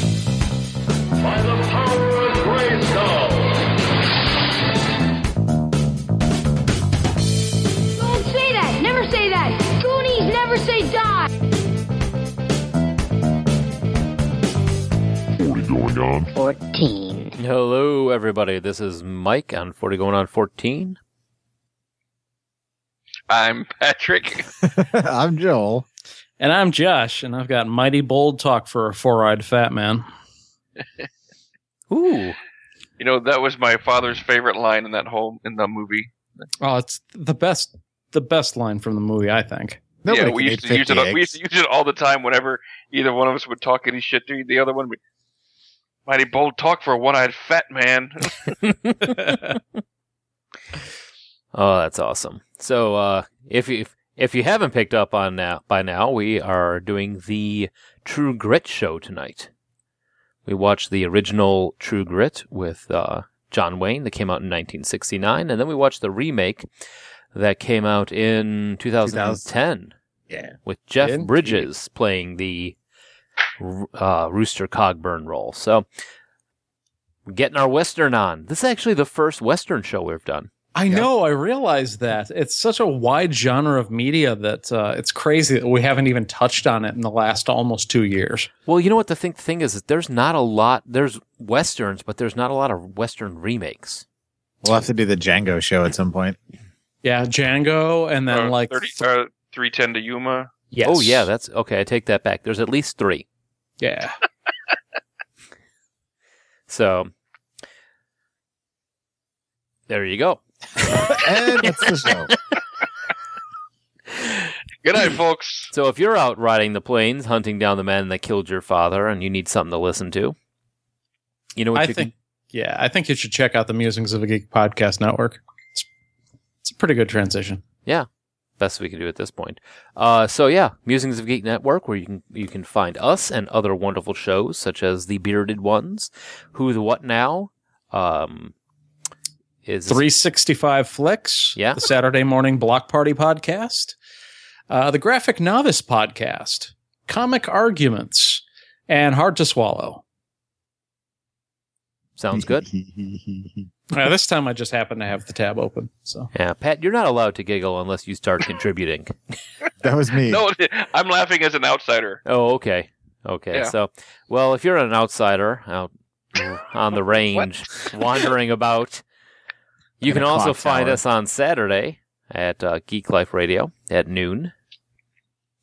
By the power of Grayskull! Don't say that. Never say that. Goonies never say die. Hello, everybody. This is Mike on 40 going on 14. I'm Patrick. I'm Joel. And I'm Josh, and I've got mighty bold talk for a four eyed fat man. Ooh. You know that was my father's favorite line in that whole in the movie. Oh, it's the best the best line from the movie, I think. Nobody yeah, we can used eat to use 50 it. eggs. We used to use it all the time. Whenever either one of us would talk any shit to the other one, we mighty bold talk for a one-eyed fat man. Oh, that's awesome. So, uh, if you if you haven't picked up on that by now, we are doing the True Grit show tonight. We watched the original True Grit with uh, John Wayne that came out in 1969, and then we watched the remake that came out in 2010 Yeah. with Jeff Indeed. Bridges playing the uh, Rooster Cogburn role. So, we're getting our Western on. This is actually the first Western show we've done. I know, I realize that. It's such a wide genre of media that uh, it's crazy that we haven't even touched on it in the last almost two years. Well, you know what the thing, thing is, is there's not a lot. There's westerns, but there's not a lot of western remakes. We'll have to do the Django show at some point. Yeah, Django and then Uh, like 30, th- uh, three ten to Yuma. yes. Oh yeah, that's okay. I take that back. There's at least three. yeah. So there you go. and that's the show. Good night, folks. So if you're out riding the plains, hunting down the man that killed your father, and you need something to listen to, you know what I you think yeah, I think you should check out the Musings of a Geek Podcast Network. It's it's a pretty good transition. can, best we can do at this point. Uh, so yeah, Musings of Geek Network, where you can you can find us and other wonderful shows such as the Bearded Ones, Who the What Now, um, is 365 Flicks, Yeah. the Saturday morning block party podcast, uh, the Graphic Novice podcast, Comic Arguments, and Hard to Swallow. Sounds good. Uh, this time I just happened to have the tab open. So Yeah, Pat, you're not allowed to giggle unless you start contributing. that was me. No, I'm laughing as an outsider. oh, okay. Okay. Yeah. So, well, if you're an outsider out on the range wandering about, you In a can also clock find tower. us on Saturday at uh, Geek Life Radio at noon.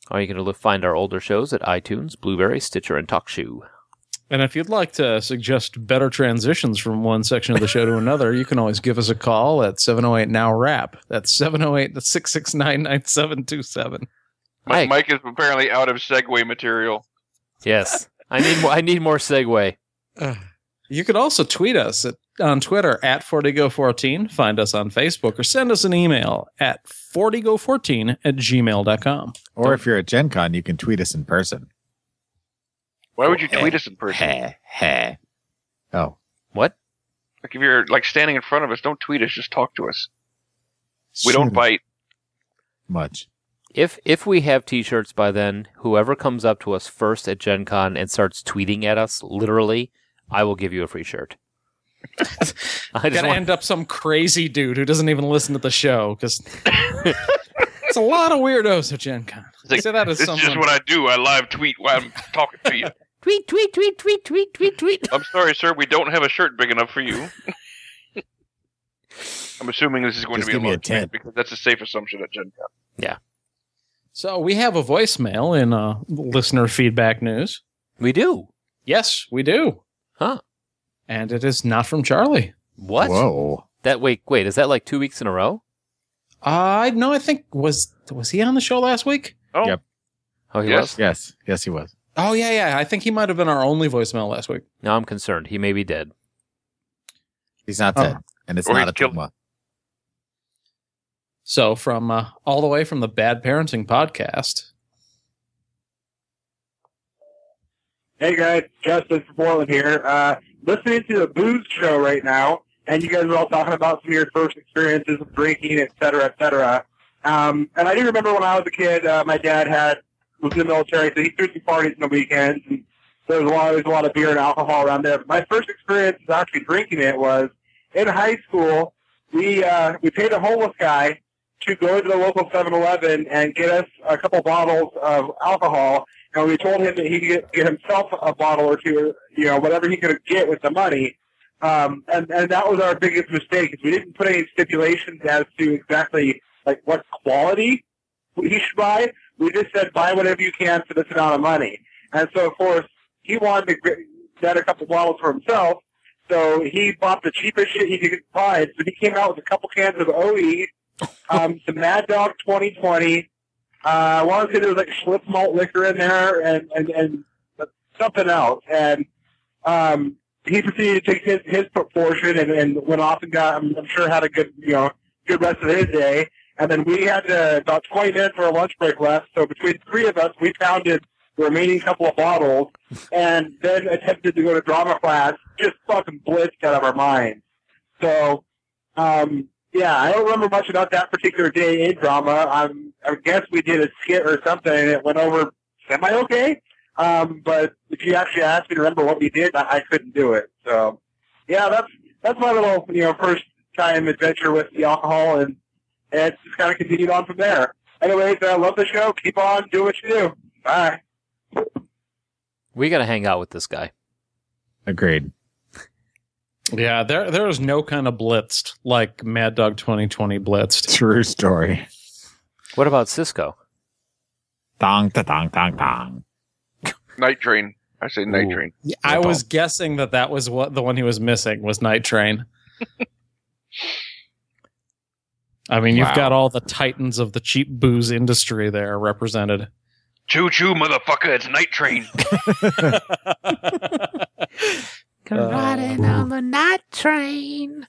Or you can look, find our older shows at iTunes, Blueberry, Stitcher, and TalkShoe. And if you'd like to suggest better transitions from one section of the show to another, you can always give us a call at 708 Now Rap. That's 708 669 9727. Mi- Mike. Mike is apparently out of segue material. Yes, I need more, I need more segue. You could also tweet us at, on Twitter at 40go14, find us on Facebook, or send us an email at 40go14 at gmail.com. Or if you're at Gen Con, you can tweet us in person. Why would you tweet us in person? Oh. What? Like if you're like standing in front of us, don't tweet us. Just talk to us. We don't Sure. bite. much. If if we have t-shirts by then, whoever comes up to us first at Gen Con and starts tweeting at us, literally, I will give you a free shirt. I just Gotta want, end up some crazy dude who doesn't even listen to the show because it's a lot of weirdos at Gen Con. It's like, Say that as This is someone. just what I do. I live tweet while I'm talking to you. tweet, tweet, tweet, tweet, tweet, tweet, tweet. I'm sorry, sir. We don't have a shirt big enough for you. I'm assuming this is going Just to be give me a large man, 10. because that's a safe assumption at Gen Con. So we have a voicemail in uh, listener feedback news. We do. Yes, we do. Huh. And it is not from Charlie. What? Whoa. That wait, wait, is that like two weeks in a row? Uh, I no, I think was was he on the show last week? Oh, Yep. Oh, he Yes. was. Yes. Yes, he was. Oh yeah, yeah. I think he might have been our only voicemail last week. Now I'm concerned. He may be dead. He's not Oh. dead. And it's Or he not a killed- tumor. So from uh, all the way from the Bad Parenting podcast. Hey guys, Justin from Portland here. Uh, listening to the booze show right now, and you guys were all talking about some of your first experiences of drinking, et cetera, et cetera. Um, and I do remember when I was a kid, uh, my dad had was in the military, so he threw some parties on the weekends, and there was always a lot of beer and alcohol around there. But my first experience of actually drinking it was in high school. We uh, we paid a homeless guy to go to the local 7-Eleven and get us a couple bottles of alcohol and we told him that he could get, get himself a bottle or two, you know, whatever he could get with the money. Um, and, and that was our biggest mistake is we didn't put any stipulations as to exactly like what quality he should buy. We just said buy whatever you can for this amount of money. And so of course he wanted to gr- get a couple bottles for himself. So he bought the cheapest shit he could find. So he came out with a couple cans of OE, um, some Mad Dog 2020, uh, I want to say there was like Schlitz malt liquor in there and, and, and something else. And um, he proceeded to take his, his proportion and, and went off and got, I'm, I'm sure, had a good, you know, good rest of his day. And then we had uh, about 20 minutes for our lunch break left. So between three of us, we pounded the remaining couple of bottles and then attempted to go to drama class, just fucking blitzed out of our minds. So, um, yeah, I don't remember much about that particular day in drama. I'm, I guess we did a skit or something, and it went over semi okay. Um, but if you actually asked me to remember what we did, I, I couldn't do it. So, yeah, that's that's my little you know first time adventure with the alcohol, and, and it's just kind of continued on from there. Anyways, I love the show. Keep on doing what you do. Bye. We got to hang out with this guy. Agreed. Yeah, there there is no kind of blitzed like Mad Dog 2020 blitzed. True story. What about Cisco? Dong, ta, dong, dong, dong. Night Train. I say Night Ooh. Train. I was guessing that that was what the one he was missing was Night Train. I mean, Wow. you've got all the titans of the cheap booze industry there represented. Choo choo, motherfucker! It's Night Train. Riding on the night train.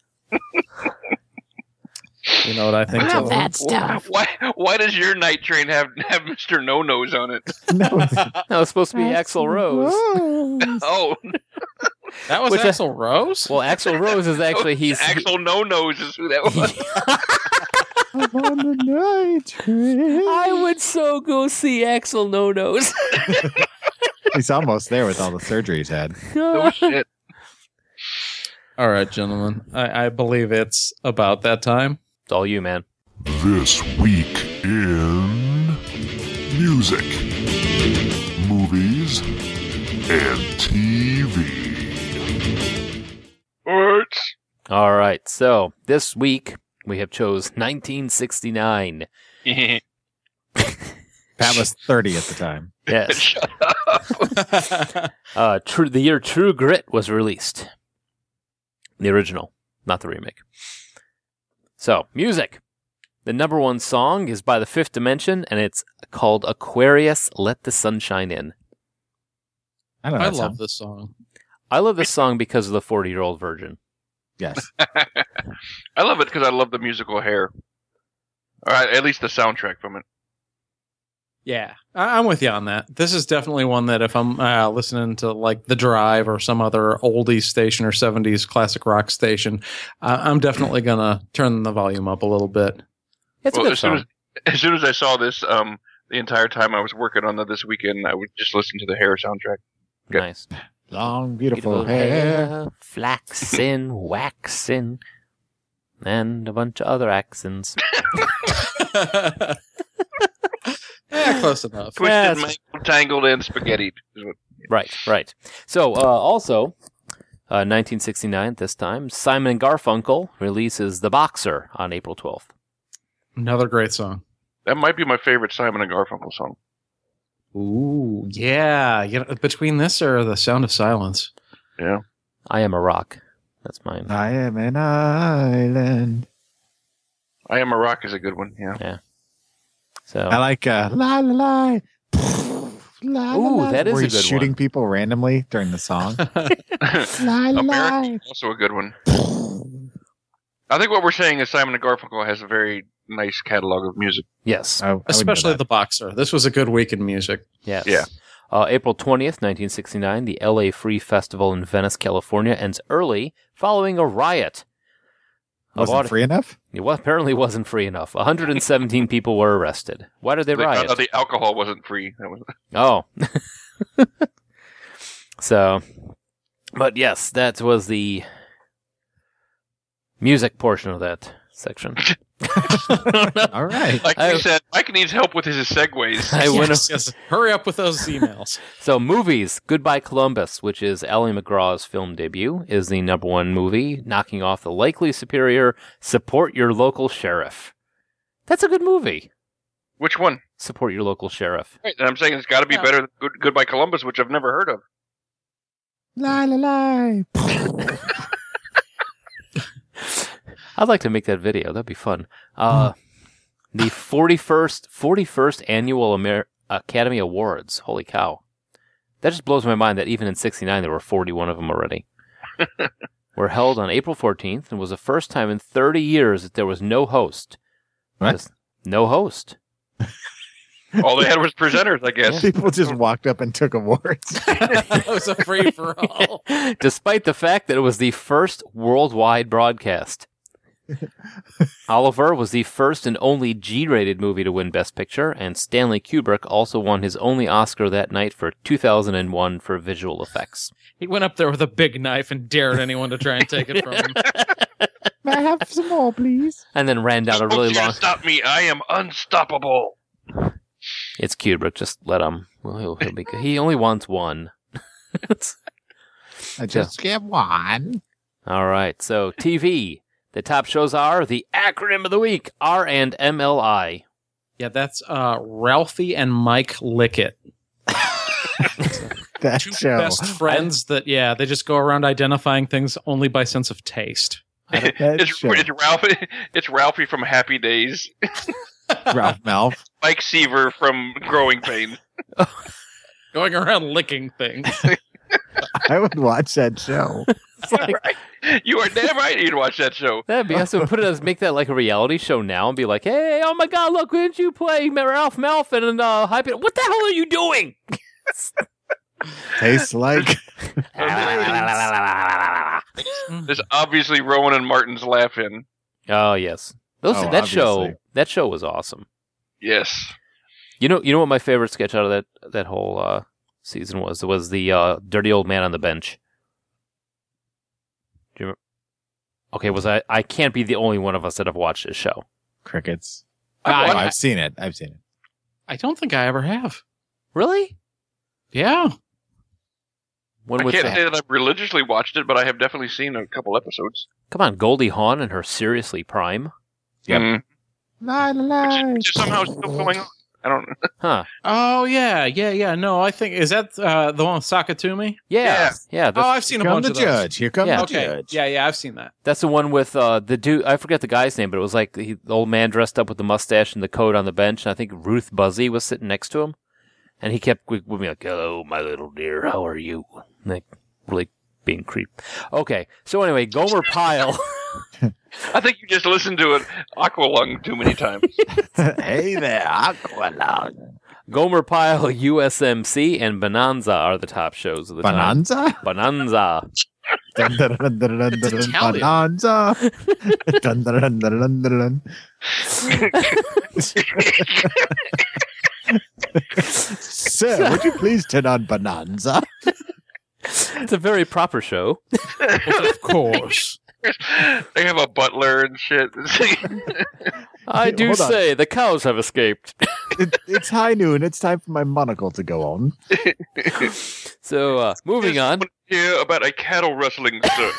you know what I think? Tony? Why? Why does your Night Train have have Mister No Nos on it? No, No, it's supposed to be Uh, Axl Rose. Oh, That was Which I- Axl Rose. Well, Axl Rose is actually he's he- Axel No Nos is who that he- was. I'm on the night train. I would so go see Axel No Nose. He's almost there with all the surgery he's had. No Oh, shit. All right, gentlemen. I, I believe it's about that time. It's all you, man. This week in music, movies, and TV. What? All right. So this week we have chose 1969. Pat was 30 at the time. Yes. Shut Uh, true, the year True Grit was released. The original, not the remake. So, music. The number one song is by the Fifth Dimension, and it's called Aquarius Let the Sunshine In. I don't know. I that love sound. this song. I love this song because of the 40 year old virgin. Yes. I love it because I love the musical hair. All right, at least the soundtrack from it. Yeah, I- I'm with you on that. This is definitely one that if I'm uh, listening to like The Drive or some other oldies station or 70s classic rock station, I- I'm definitely going to turn the volume up a little bit. It's Well, a good as soon song. as as soon as I saw this, um, the entire time I was working on the this weekend, I would just listen to the hair soundtrack. good. Nice. Long, beautiful, hair. flaxen, waxen, and a bunch of other accents. yeah, close enough. Twisted, Yes. mangled, tangled, and spaghetti. Right, right. So, uh, also, uh, 1969 at this time, Simon and Garfunkel releases The Boxer on April 12th. Another great song. That might be my favorite Simon and Garfunkel song. Ooh, yeah. You know, between this or The Sound of Silence. Yeah. I Am a Rock. That's mine. I am an island. I Am a Rock is a good one. Yeah. So, I like uh, la la la. La, Ooh, that is Where a he's good shooting one. people randomly during the song. la, American also a good one. I think what we're saying is Simon and Garfunkel has a very nice catalog of music. Yes. I- I would know especially that. the boxer. This was a good week in music. Yes. Yeah. Uh, April 20th, 1969, the LA Free Festival in Venice, California ends early following a riot. wasn't About- free enough. It wa- apparently wasn't free enough. 117 people were arrested. Why did they The- riot? uh, the alcohol wasn't free. That was Oh. so, but yes, that was the music portion of that section. All right. like I- we said. Mike needs help with his segues. I went Yes, yes. Hurry up with those emails. So, movies. Goodbye Columbus, which is Ally McGraw's film debut, is the number one movie, knocking off the likely superior Support Your Local Sheriff. That's a good movie. Which one? Support Your Local Sheriff. Right, and I'm saying it's got to be better than Good, Goodbye Columbus, which I've never heard of. La la la. I'd like to make that video. That'd be fun. Uh, the 41st, 41st Annual Amer- Academy Awards. Holy cow. That just blows my mind that even in 69, there were 41 of them already. were held on April 14th and was the first time in 30 years that there was no host. What? Just no host. All they had was presenters, I guess. People just walked up and took awards. that was a free for all. Despite the fact that it was the first worldwide broadcast. Oliver was the first and only G rated movie to win Best Picture, and Stanley Kubrick also won his only Oscar that night for 2001 for visual effects. He went up there with a big knife and dared anyone to try and take it from him. May I have some more, please? And then ran down a Don't really you long. Stop me! I am unstoppable. It's Kubrick, just let him. Well, he'll, he'll be good. He only wants one. I just get one. All right, so TV. The top shows are the acronym of the week R and MLI. Yeah, that's uh, Ralphie and Mike Lickett, That two show. best friends that yeah, they just go around identifying things only by sense of taste. That It's, show. it's Ralphie. It's Ralphie from Happy Days. Ralph Melf. Mike Seaver from Growing Pain. Going around licking things. I would watch that show. It's like, You are damn right. You'd watch that show. That'd be awesome. Put it as make that like a reality show now and be like, hey, oh my god, look, didn't you play Ralph Malfin and uh, hype it? What the hell are you doing? Tastes like There's obviously Rowan and Martin's laughing. oh yes, those Oh, that show obviously. that show was awesome. Yes. You know, you know what my favorite sketch out of that that whole uh, season was was the uh, dirty old man on the bench. Do you remember? Okay, was I? I can't be the only one of us that have watched this show. crickets. Oh, I- I've seen it. I've seen it. I don't think I ever have. Really? Yeah. When I was can't that? say that I've religiously watched it, but I have definitely seen a couple episodes. Come on, Goldie Hawn and her seriously prime. Yep. Mm. La la la. Which, which is somehow still going on. I don't. Huh. Oh yeah, yeah, yeah. No, I think is that uh, the one with Sakatumi? Yeah. Yeah. Yeah. that's- Oh, I've seen Here a come bunch the of those. judge. Here come Yeah. the Okay. judge. Yeah, yeah, I've seen that. That's the one with uh, the dude. I forget the guy's name, but it was like the, the old man dressed up with the mustache and the coat on the bench. And I think Ruth Buzzy was sitting next to him, and he kept with me like, "Hello, my little dear. How are you?" Like really being creep. Okay, so anyway, Gomer Pyle. I think you just listened to it Aqualung too many times. hey there, Aqualung. Gomer Pyle, USMC, and Bonanza are the top shows of the time. Bonanza? Bonanza. Dun, dun, dun, dun, dun, It's dun, Italian. Bonanza. Dun, dun, dun, dun, dun, dun. Sir, would you please turn on Bonanza? It's a very proper show. Of course. they have a butler and shit. I do Hold on. say the cows have escaped. It, it's high noon. It's time for my monocle to go on. So uh, moving on. yeah, about a cattle rustling. Sir.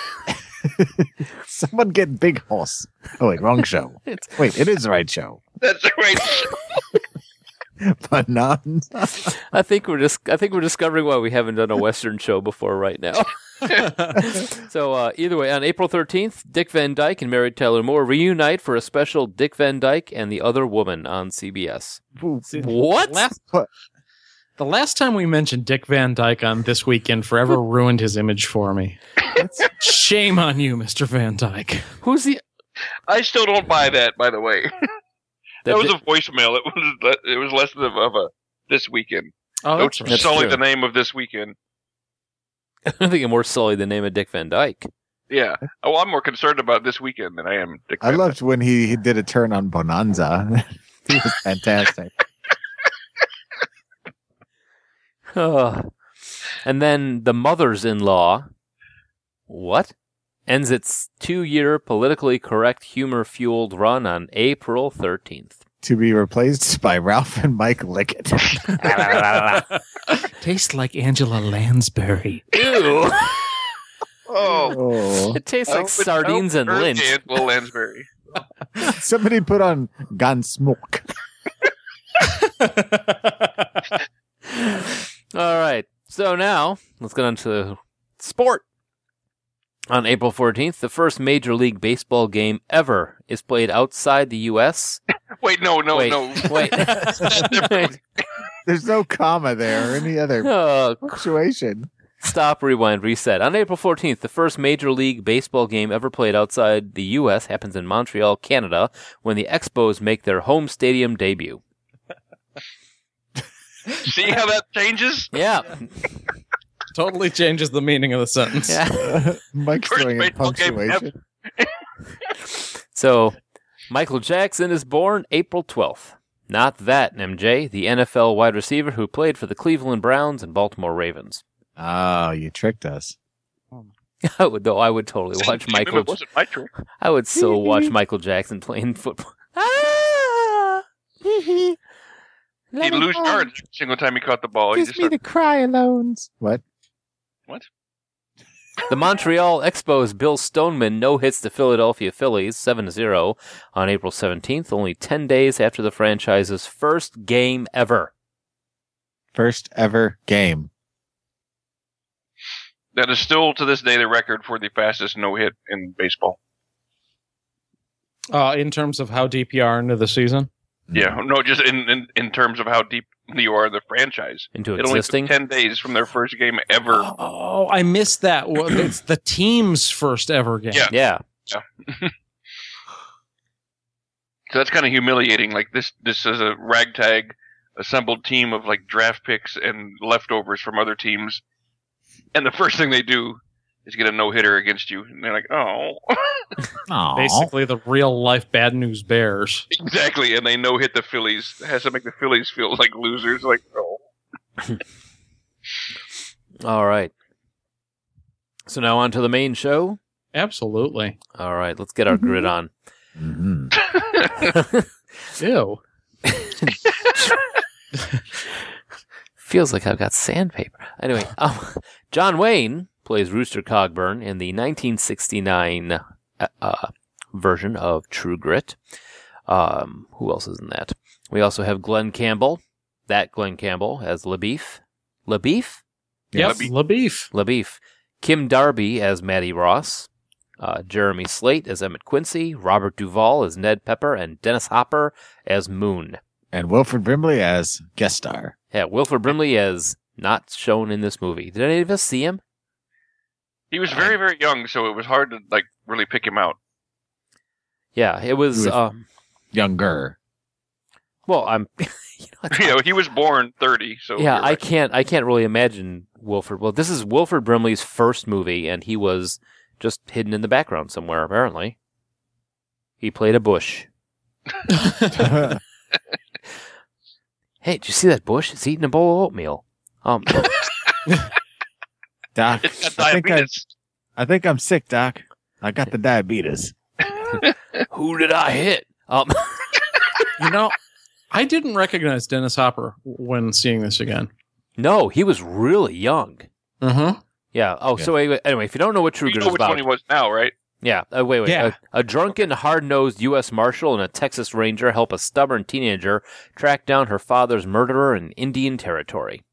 Someone get Big Horse. Oh, wait, wrong show. Wait, it is the right show. That's right. Bonanza. I think we're just I think we're discovering why we haven't done a western show before right now. so uh, either way, on April thirteenth, Dick Van Dyke and Mary Tyler Moore reunite for a special Dick Van Dyke and the Other Woman on CBS. What? Last, What? the last time we mentioned Dick Van Dyke on This Weekend Forever ruined his image for me. Shame on you, Mr. Van Dyke. Who's the? I still don't buy that, by the way. That was a voicemail. It was le- it was less of a, of a this weekend. Oh, Don't that's That's sully true. the name of this weekend. I think it more sully the name of Dick Van Dyke. Yeah. Oh, I'm more concerned about this weekend than I am. Dick I Van loved when he, he did a turn on Bonanza. he was fantastic. Ugh. and then the mother's in law, what? Ends its two year politically correct humor fueled run on April 13th. to be replaced by Ralph and Mike Lickett. Tastes like Angela Lansbury. Ew! Dyke. Oh, Oh. It tastes I like hope it- I sardines hope and Irv lint. did Will Lansbury. Somebody put on Gunsmoke. All right. So now let's get on to sport. On April 14th, the first Major League Baseball game ever is played outside the U.S. Wait, no, no, wait, no. Wait. There's no comma there or any other Oh, punctuation. Stop, rewind, reset. On April 14th, the first Major League Baseball game ever played outside the U.S. happens in Montreal, Canada, when the Expos make their home stadium debut. See how that changes? Yeah. Totally changes the meaning of the sentence. yeah. Mike's First throwing in baseball game punctuation. So, Michael Jackson is born April 12th. Not that, MJ, the NFL wide receiver who played for the Cleveland Browns and Baltimore Ravens. Oh, you tricked us. I would, though I would totally See, watch see, Michael. It wasn't my trick. I would so watch Michael Jackson playing football. Ah! He'd lose yards every single time he caught the ball. He just started, the cry alones. What? The Montreal Expos Bill Stoneman no hits the Philadelphia Phillies 7 0 on April 17th, only 10 days after the franchise's first game ever. First ever game. that is still to this day the record for the fastest no hit in baseball. Uh, in terms of how deep you are into the season, Mm-hmm. Yeah, no, just in, in in terms of how deep you are in the franchise. Into It only existing. took ten days from their first game ever. oh, I missed that. Well, It's the team's first ever game. Yeah. yeah. So that's kind of humiliating. Like this, this is a ragtag assembled team of like draft picks and leftovers from other teams, and the first thing they do is get a no hitter against you, and they're like, "Oh, Aw. Basically, the real life bad news bears. exactly," and they no hit the Phillies. It has to make the Phillies feel like losers. Like, oh, All right. So now on to the main show. Absolutely. All right, let's get our grid on. Mhm. Ew. Feels like I've got sandpaper. Anyway, um, John Wayne plays Rooster Cogburn in the 1969 uh, uh, version of True Grit. Um, who else is in that? We also have Glenn Campbell, that Glenn Campbell as LaBeef. LaBeef? Yep. Labeef. LaBeef. LaBeef, Kim Darby as Maddie Ross, uh, Jeremy Slate as Emmett Quincy, Robert Duvall as Ned Pepper, and Dennis Hopper as Moon. And Wilfred Brimley as guest star. Yeah, Wilford Brimley is not shown in this movie. Did any of us see him? he was very, very young, so it was hard to like really pick him out. Yeah, it was. He was- Um, Younger. well, I'm. you know, it's- You know, he was born thirty, so yeah, you're I right. can't. I can't really imagine Wilford. Well, this is Wilford Brimley's first movie, and he was just hidden in the background somewhere. Apparently, he played a bush. Hey, did you see that bush? It's eating a bowl of oatmeal. Um, Doc, It's got I think, I, diabetes. I think I'm sick, Doc. I got the diabetes. who did I hit? Um, You know, I didn't recognize Dennis Hopper when seeing this again. no, he was really young. Uh-huh. Yeah. Oh, so anyway, anyway, if you don't know what True You Grit know is which one about, he was now, right? yeah. Uh, wait, wait. Yeah. A, a drunken, hard-nosed U.S. Marshal and a Texas Ranger help a stubborn teenager track down her father's murderer in Indian territory.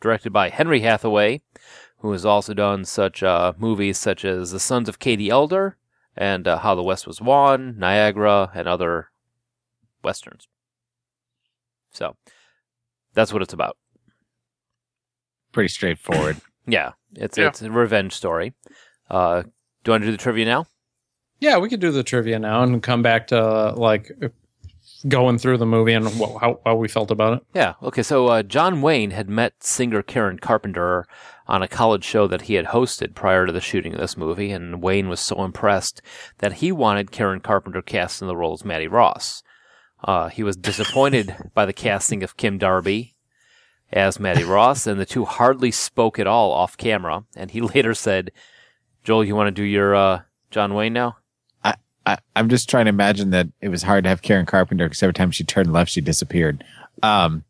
Directed by Henry Hathaway, who has also done such uh, movies such as The Sons of Katie Elder and uh, How the West Was Won, Niagara, and other westerns. So that's what it's about. Pretty straightforward. Yeah, it's Yeah. it's a revenge story. Uh, do you want to do the trivia now? Yeah, we could do the trivia now and come back to like going through the movie and wh- how, how we felt about it. Yeah. Okay. So uh, John Wayne had met singer Karen Carpenter on a college show that he had hosted prior to the shooting of this movie, and Wayne was so impressed that he wanted Karen Carpenter cast in the role as Maddie Ross. Uh, he was disappointed by the casting of Kim Darby as Maddie Ross, and the two hardly spoke at all off camera. And he later said, "Joel, you want to do your uh, John Wayne now?" I, I'm just trying to imagine that it was hard to have Karen Carpenter because every time she turned left, she disappeared. Um,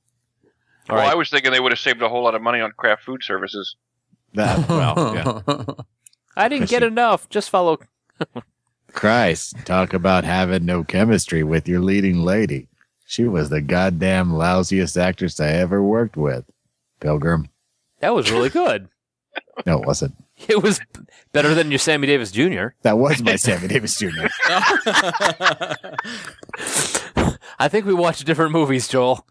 All well, right. I was thinking they would have saved a whole lot of money on craft food services. Uh, that, well, yeah. I didn't get enough. Just follow. Christ, talk about having no chemistry with your leading lady. She was the goddamn lousiest actress I ever worked with. Pilgrim. That was really good. No, it wasn't. It was better than your Sammy Davis Jr. That was my Sammy Davis Jr. I think we watched different movies, Joel.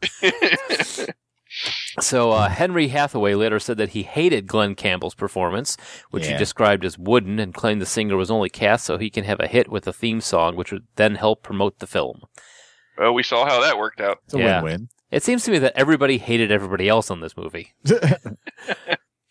so uh, Henry Hathaway later said that he hated Glenn Campbell's performance, which he Yeah. described as wooden, and claimed the singer was only cast so he can have a hit with a theme song, which would then help promote the film. Well, we saw how that worked out. It's a Yeah. win-win. It seems to me that everybody hated everybody else on this movie.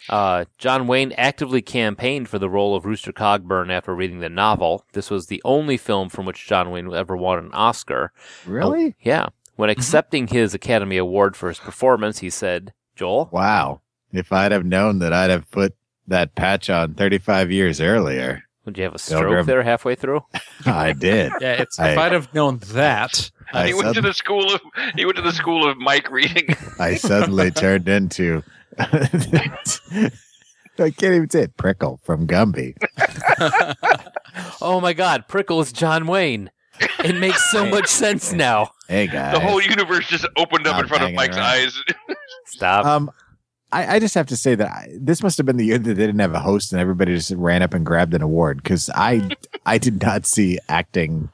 Uh, John Wayne actively campaigned for the role of Rooster Cogburn after reading the novel. This was the only film from which John Wayne ever won an Oscar. really? Yeah. When accepting his Academy Award for his performance, he said, Joel, Wow. If I'd have known that I'd have put that patch on 35 years earlier, would you have a stroke Pilgrim. there halfway through? I did. yeah, it's, I- if I'd have known that, I, he went to sud- the school of he went to the school of Mike reading. I suddenly turned into. I can't even say it. Prickle from Gumby. Oh my God, Prickle is John Wayne. It makes so much sense now. Hey, guys. The whole universe just opened up I'm in front of hanging Mike's around. eyes. Stop. Um, I, I just have to say that I, this must have been the year that they didn't have a host and everybody just ran up and grabbed an award because I I did not see acting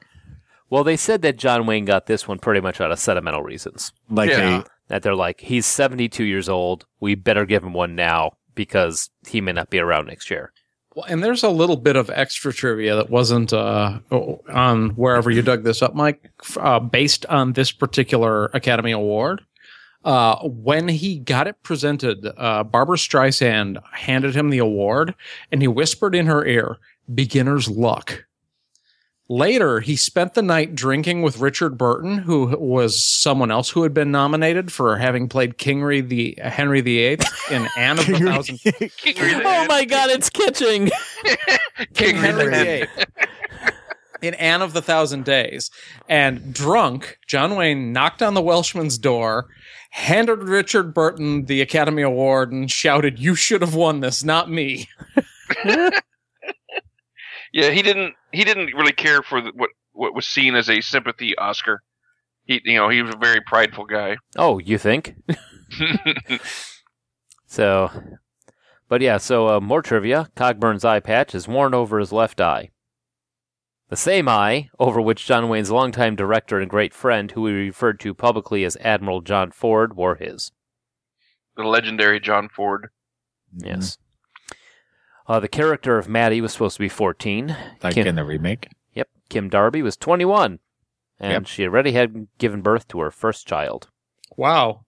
well, they said that John Wayne got this one pretty much out of sentimental reasons. like Yeah. a That they're like, he's 72 years old. We better give him one now because he may not be around next year. Well, and there's a little bit of extra trivia that wasn't uh, on wherever you dug this up, Mike, f- uh, based on this particular Academy Award. Uh, when he got it presented, uh, Barbara Streisand handed him the award and he whispered in her ear, Beginner's luck. Later, he spent the night drinking with Richard Burton, who was someone else who had been nominated for having played Kingry the Henry VIII in Anne of the Thousand King Reed, Oh my God, it's Kitching. King Henry Reed. VIII in Anne of the Thousand Days. And drunk, John Wayne knocked on the Welshman's door, handed Richard Burton the Academy Award, and shouted, You should have won this, not me. Yeah, he didn't. He didn't really care for the, what what was seen as a sympathy Oscar. He, you know, he was a very prideful guy. Oh, you think? So, but yeah, so uh, more trivia. Cogburn's eye patch is worn over his left eye. The same eye over which John Wayne's longtime director and great friend, who he referred to publicly as Admiral John Ford, wore his. the legendary John Ford. Mm-hmm. Yes. Uh, the character of Maddie was supposed to be 14. like Kim, in the remake. yep. Kim Darby was 21. And Yep. she already had given birth to her first child. Wow.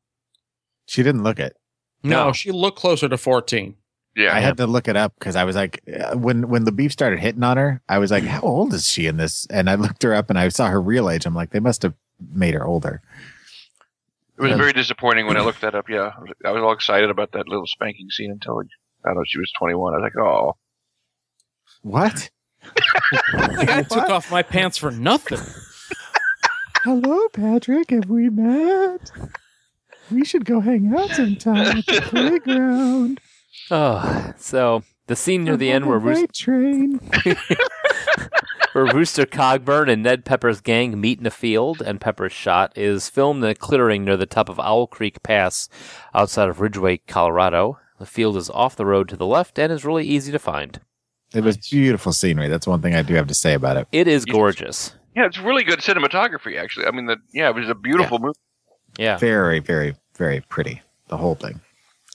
She didn't look it. No, No. she looked closer to 14. Yeah, I had to look it up because I was like, uh, when when the beef started hitting on her, I was like, how old is she in this? And I looked her up and I saw her real age. I'm like, they must have made her older. it was very disappointing when I looked that up. Yeah, I was- I was all excited about that little spanking scene until I found out she was 21. I was like, oh, What? Like, I took off my pants for nothing. Hello, Patrick. Have we met? We should go hang out sometime at the playground. Oh, so the scene near the end where Roos- train. where Rooster Cogburn and Ned Pepper's gang meet in a field and Pepper's shot is filmed in a clearing near the top of Owl Creek Pass outside of Ridgeway, Colorado. The field is off the road to the left and is really easy to find. It was beautiful scenery. That's one thing I do have to say about it. It is gorgeous. yeah, it's really good cinematography. Actually, I mean, the yeah, it was a beautiful movie. Yeah. Very, very, very pretty. The whole thing.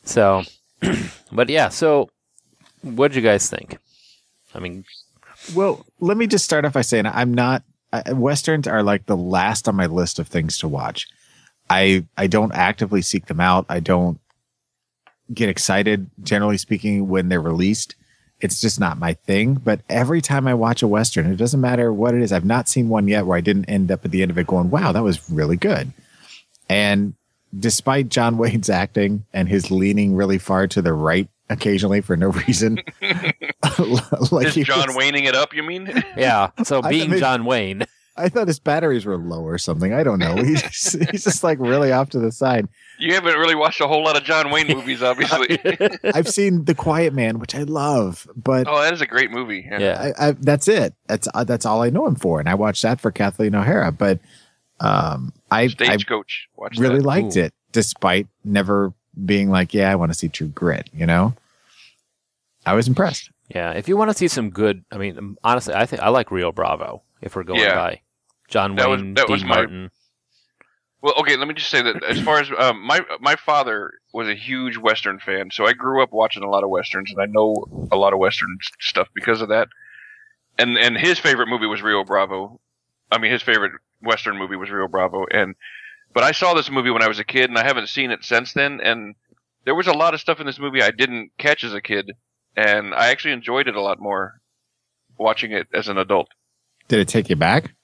So, but yeah, so what'd you guys think? I mean, Well, let me just start off by saying I'm not. I, westerns are like the last on my list of things to watch. I I don't actively seek them out. I don't get excited generally speaking when they're released. It's just not my thing, but every time I watch a western, it doesn't matter what it is. I've not seen one yet where I didn't end up at the end of it going, "Wow, that was really good." And despite John Wayne's acting and his leaning really far to the right occasionally for no reason, like Is he John was- Wayning it up? You mean? Yeah. So I being mean- John Wayne. I thought his batteries were low or something. I don't know. He's just, he's just like really off to the side. You haven't really watched a whole lot of John Wayne movies, obviously. I've seen The Quiet Man, which I love, but oh, that is a great movie. Yeah. yeah. I, I, that's it. That's uh, that's all I know him for, and I watched that for Kathleen O'Hara. But um, I, I Stagecoach. Watch really that. liked Ooh. it, despite never being like, yeah, I want to see True Grit. You know, I was impressed. Yeah. If you want to see some good, I mean, um, honestly, I think I like Rio Bravo if we're going Yeah. by John That was- Wayne, that Dean was my- Martin. Well, okay, let me just say that as far as um, my my father was a huge Western fan, so I grew up watching a lot of westerns, and I know a lot of Western s- stuff because of that. And and his favorite movie was Rio Bravo. I mean, his favorite Western movie was Rio Bravo. And but I saw this movie when I was a kid, and I haven't seen it since then. And there was a lot of stuff in this movie I didn't catch as a kid, and I actually enjoyed it a lot more watching it as an adult. Did it take you back?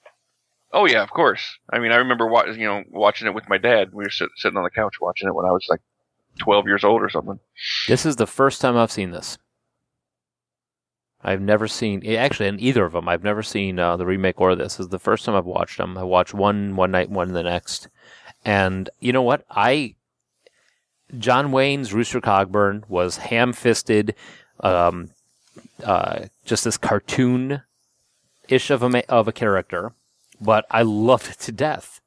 Oh yeah, of course. I mean, I remember wa- you know watching it with my dad. We were sit- sitting on the couch watching it when I was like 12 years old or something. This is the first time I've seen this. I've never seen eh, actually in either of them. I've never seen uh, the remake or this. This is the first time I've watched them. I watched one one night, one the next, and you know what? I John Wayne's Rooster Cogburn was ham-fisted, um, uh, just this cartoon-ish of a ma- of a character, but I loved it to death.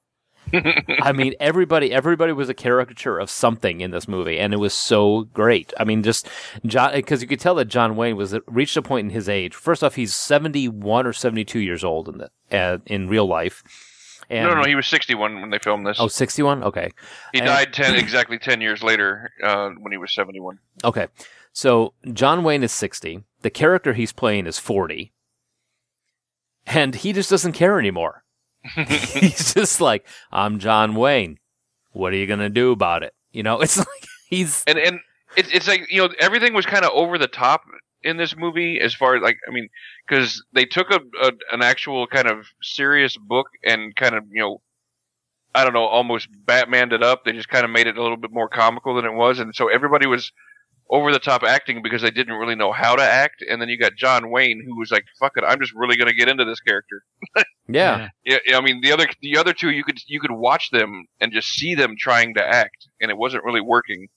I mean, everybody, everybody was a caricature of something in this movie, and it was so great. I mean, just John, because you could tell that John Wayne was reached a point in his age. First off, he's seventy-one or seventy-two years old in the uh, in real life. And, no, no, he was 61 when they filmed this. oh, 61? Okay, he and- died 10 exactly 10 years later uh, when he was 71. okay. So John Wayne is sixty. The character he's playing is forty, and he just doesn't care anymore. he's just like, I'm John Wayne. What are you gonna do about it? You know, it's like he's And and it, it's like you know everything was kind of over the top in this movie as far as like I mean because they took a, a an actual kind of serious book and kind of you know. I don't know, almost Batmaned it up. They just kind of made it a little bit more comical than it was, and so everybody was over the top acting because they didn't really know how to act. And then you got John Wayne, who was like, "Fuck it, I'm just really gonna get into this character." yeah. Yeah, I mean the other the other two you could you could watch them and just see them trying to act, and it wasn't really working.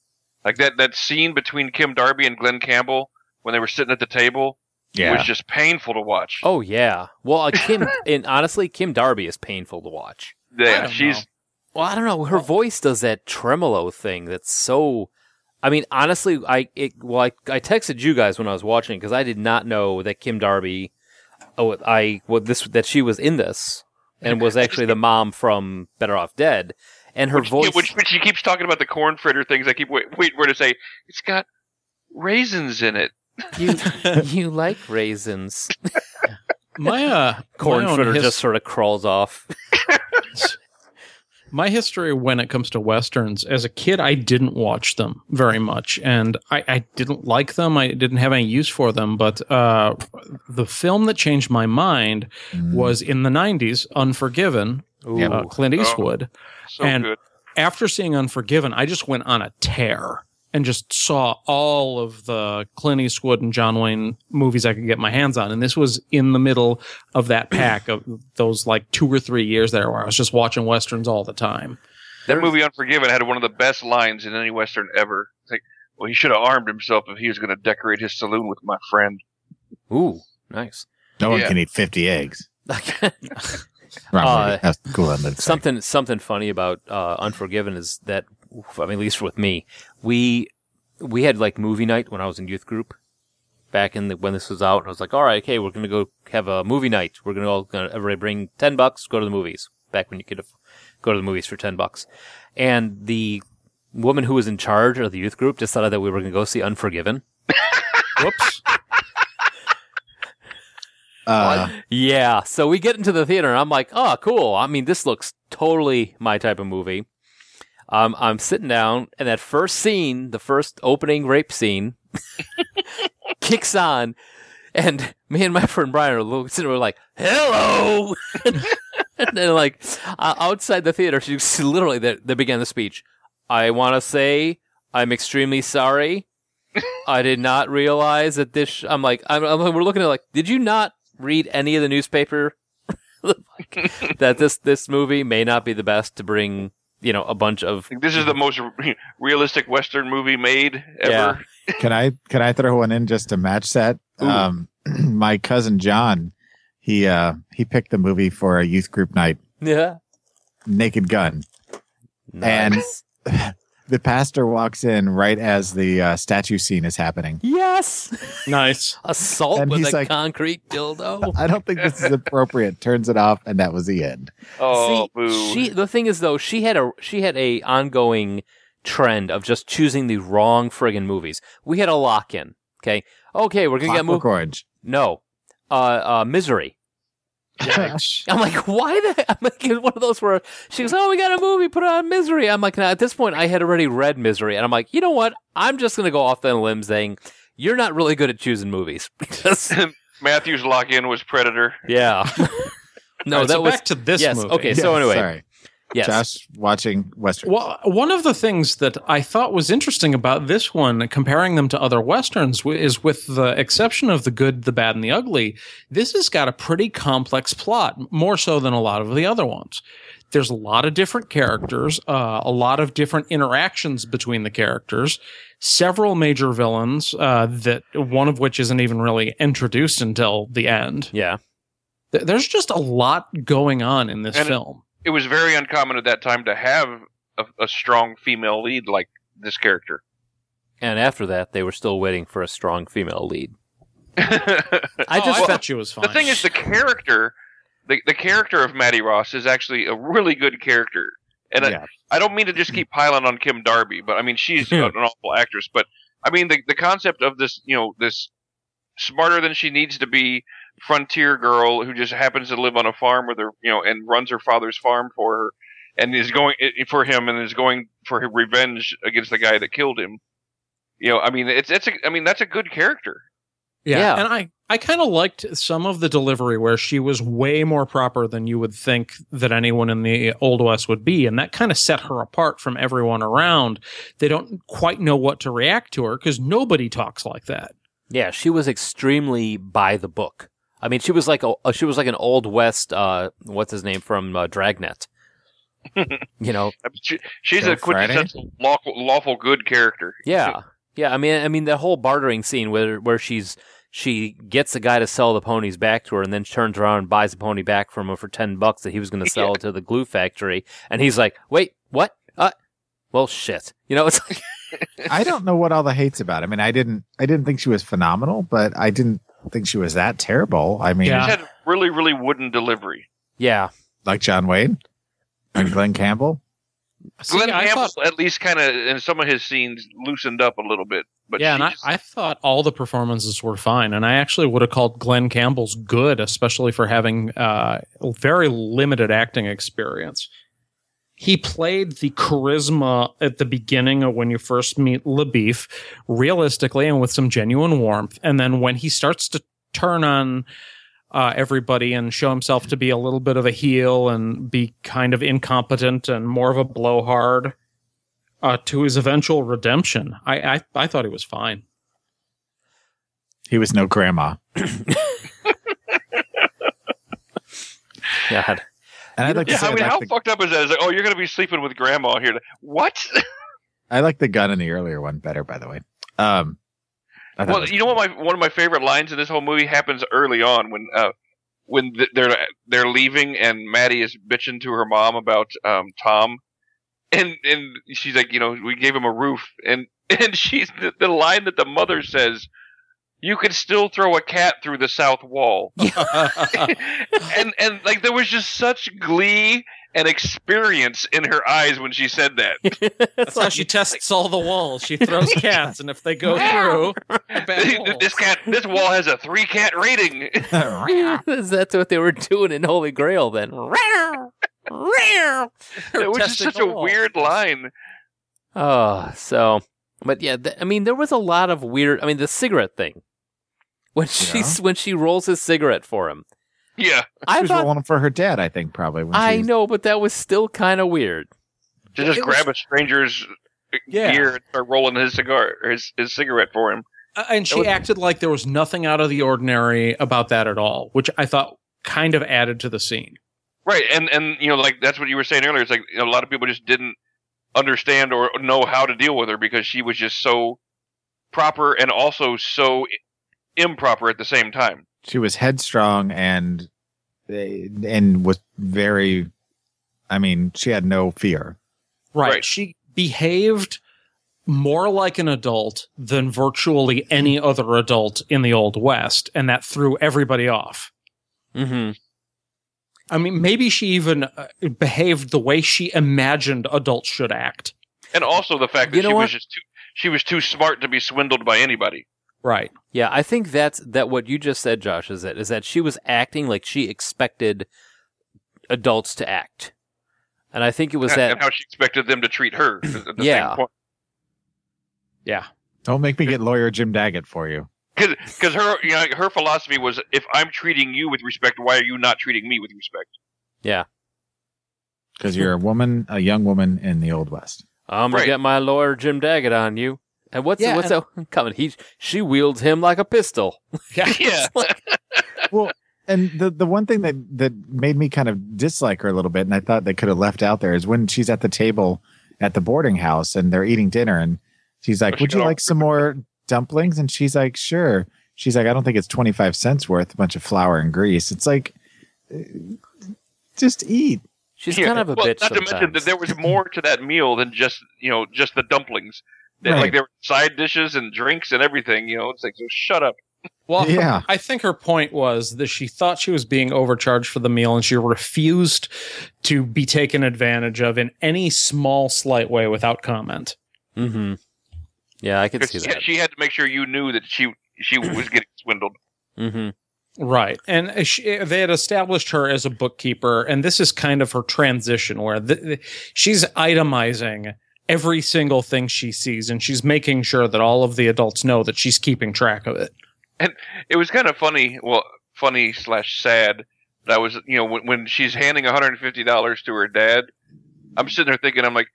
Like that that scene between Kim Darby and Glenn Campbell when they were sitting at the table was just painful to watch. Oh yeah. Well, uh, Kim and honestly, Kim Darby is painful to watch. yeah, don't she's Well, I don't know. Her voice does that tremolo thing. That's so. I mean, honestly, I it, well, I, I texted you guys when I was watching because I did not know that Kim Darby. Oh, I well this that she was in this and was actually the mom from Better Off Dead, and her voice. yeah, which which she keeps talking about the corn fritter things. I keep wait, wait where to say it's got raisins in it. you you like raisins? My uh, Corn my own fritter his- just sort of crawls off. my history when it comes to westerns as a kid i didn't watch them very much and i, I didn't like them i didn't have any use for them but uh, the film that changed my mind Mm, was in the 90s unforgiven Ooh. uh, clint Oh. eastwood So And- good. after seeing Unforgiven, I just went on a tear and just saw all of the Clint Eastwood and John Wayne movies I could get my hands on. And this was in the middle of that pack of those like two or three years there where I was just watching westerns all the time. That movie Unforgiven had one of the best lines in any western ever. It's like, well, he should have armed himself if he was going to decorate his saloon with my friend. Ooh, nice. No one Yeah. can eat fifty eggs. Wrong movie. Uh, That's the cool. ending. something something funny about uh, Unforgiven is that I mean, at least with me, we we had like movie night when I was in youth group back in the, when this was out, and I was like, all right, okay, we're gonna go have a movie night. We're gonna all gonna, everybody bring ten bucks, go to the movies. Back when you could aff- go to the movies for ten bucks, and the woman who was in charge of the youth group decided that we were gonna go see Unforgiven. Whoops. Uh, Yeah. So we get into the theater, and I'm like, oh, cool. I mean, this looks totally my type of movie. Um, I'm sitting down, and that first scene, the first opening rape scene, kicks on, and me and my friend Brian are looking, sitting there, we're like, hello. and then, like, uh, outside the theater, she she literally they, they began the speech. I want to say I'm extremely sorry. I did not realize that this. Sh- I'm like, I'm, I'm, we're looking at it like, did you not read any of the newspaper Like, that this this movie may not be the best to bring you know a bunch of Like, this is the most re- realistic Western movie made ever. can I can I throw one in just to match that? Um, my cousin John, he uh, he picked the movie for a youth group night, yeah Naked Gun. And- Nice. The pastor walks in right as the uh, statue scene is happening. yes Nice. assault And with he's a like- concrete dildo I don't think this is appropriate. Turns it off, and that was the end. Oh, See, boo! she the thing is though she had a she had a ongoing trend of just choosing the wrong friggin movies we had a lock in okay okay we're gonna get Clockwork moved Orange. no uh uh misery Yikes. I'm like, why the? I'm like, it's one of those where she goes, "Oh, we got a movie, put it on Misery." I'm like, now at this point, I had already read Misery, and I'm like, you know what? I'm just gonna go off on a limb saying you're not really good at choosing movies. Because- Matthew's lock in was Predator. yeah, no, All right, that so was back to this yes, movie. okay. So anyway- sorry. yes, Josh watching Western. Well, one of the things that I thought was interesting about this one, comparing them to other westerns, w- is with the exception of the good, the bad, and the ugly, this has got a pretty complex plot, more so than a lot of the other ones. There's a lot of different characters, uh, a lot of different interactions between the characters, several major villains, uh, that one of which isn't even really introduced until the end. yeah, Th- There's just a lot going on in this And- film. It was very uncommon at that time to have a, a strong female lead like this character. and after that, they were still waiting for a strong female lead. the I Oh, just felt thought she was fine. thing is, the character, the, the character of Maddie Ross is actually a really good character, and I- yeah. I don't mean to just keep piling on Kim Darby, but I mean she's an awful actress. But I mean the the concept of this, you know, this smarter than she needs to be frontier girl who just happens to live on a farm with her, you know, and runs her father's farm for her, and is going i- for him, and is going for her revenge against the guy that killed him. You know, I mean, it's it's a, I mean that's a good character. Yeah. Yeah. And I, I kind of liked some of the delivery where she was way more proper than you would think that anyone in the Old West would be. And that kind of set her apart from everyone around. They don't quite know what to react to her because nobody talks like that. Yeah, she was extremely by the book. I mean, she was like a uh, she was like an old west. Uh, what's his name from uh, Dragnet? you know, I mean, she, she's Joe a quintessential lawful, lawful good character. Yeah, yeah. I mean, I mean, that whole bartering scene where where she's she gets the guy to sell the ponies back to her, and then turns around and buys the pony back from her for ten bucks that he was going to sell to the glue factory, and he's like, "Wait, what? Uh, well, shit." You know, it's like, I don't know what all the hates about. I mean, I didn't I didn't think she was phenomenal, but I didn't think she was that terrible. I mean, Yeah. She had really really wooden delivery. yeah, like John Wayne and Glenn Campbell. See, Glenn I Campbell thought- at least kind of in some of his scenes loosened up a little bit, but yeah, she and I, just- I thought all the performances were fine, and I actually would have called Glenn Campbell's good, especially for having uh, very limited acting experience. He played the charisma at the beginning of when you first meet LaBeef, realistically and with some genuine warmth, and then when he starts to turn on uh, everybody and show himself to be a little bit of a heel and be kind of incompetent and more of a blowhard uh, to his eventual redemption. I, I I thought he was fine. He was no grandma, God. and I'd like to yeah, say I mean, I how like, the, fucked up is that? It's like, oh, you're gonna be sleeping with grandma here. What? I like the gun in the earlier one better, by the way. Um, I thought it well, was you know what? My one of my favorite lines in this whole movie happens early on when uh when th- they're they're leaving and Maddie is bitching to her mom about um Tom, and and she's like, you know, we gave him a roof, and and she's the, the line that the mother says you could still throw a cat through the south wall. and and like there was just such glee and experience in her eyes when she said that. That's how she tests all the walls. She throws cats, and if they go through, bad walls. this cat this wall has a 3 cat rating. Mm, That's what they were doing in Holy Grail then. it was just testing such the a walls. weird line. Oh, so, but yeah, th- I mean, there was a lot of weird. I mean, the cigarette thing when she Yeah. when she rolls his cigarette for him. Yeah. I She was thought rolling for her dad, I think, probably. When she I was- know, but that was still kind of weird. To just It was- grab a stranger's Yeah. ear and start rolling his cigar or his, his cigarette for him. Uh, and she would- acted like there was nothing out of the ordinary about that at all, which I thought kind of added to the scene. Right, and and you know, like that's what you were saying earlier. It's like you know, a lot of people just didn't understand or know how to deal with her because she was just so proper and also so improper at the same time. She was headstrong and and was very. I mean, she had no fear. Right. Right. She behaved more like an adult than virtually any other adult in the Old West, and that threw everybody off. Mm-hmm. I mean, maybe she even uh, behaved the way she imagined adults should act. And also the fact that You know she what? was just too she was too smart to be swindled by anybody. Right. Yeah, I think that's that. What you just said, Josh, is that is that she was acting like she expected adults to act, and I think it was and that. how she expected them to treat her. at the Yeah. same point. Don't make me get lawyer Jim Daggett for you. Because her, you know, her philosophy was, if I'm treating you with respect, why are you not treating me with respect? because you're a woman, a young woman in the old west. I'm gonna Right. get my lawyer Jim Daggett on you. And what's Yeah, what's out coming? He she wields him like a pistol. Yeah, And the the one thing that that made me kind of dislike her a little bit, and I thought they could have left out there, is when she's at the table at the boarding house and they're eating dinner, and she's like, Oh, she "Would you got all like some more dumplings?" And she's like, "Sure." She's like, "I don't think it's twenty five cents worth, a bunch of flour and grease." It's like, uh, just eat. She's Yeah. kind of a well, bitch Not to mention that sometimes. there was more to that meal than just you know just the dumplings. That, Right. Like there were side dishes and drinks and everything. You know, it's like so shut up. Well, her- Yeah. I think her point was that she thought she was being overcharged for the meal and she refused to be taken advantage of in any small, slight way without comment. Mm-hmm. Yeah, I can 'Cause see she, that. she had to make sure you knew that she she was getting swindled. Mm-hmm. Right. And she, they had established her as a bookkeeper, and this is kind of her transition where th th- she's itemizing every single thing she sees and she's making sure that all of the adults know that she's keeping track of it. It was kind of funny. Well, funny slash sad. That was you know when, when she's handing one hundred and fifty dollars to her dad. I'm sitting there thinking, I'm like,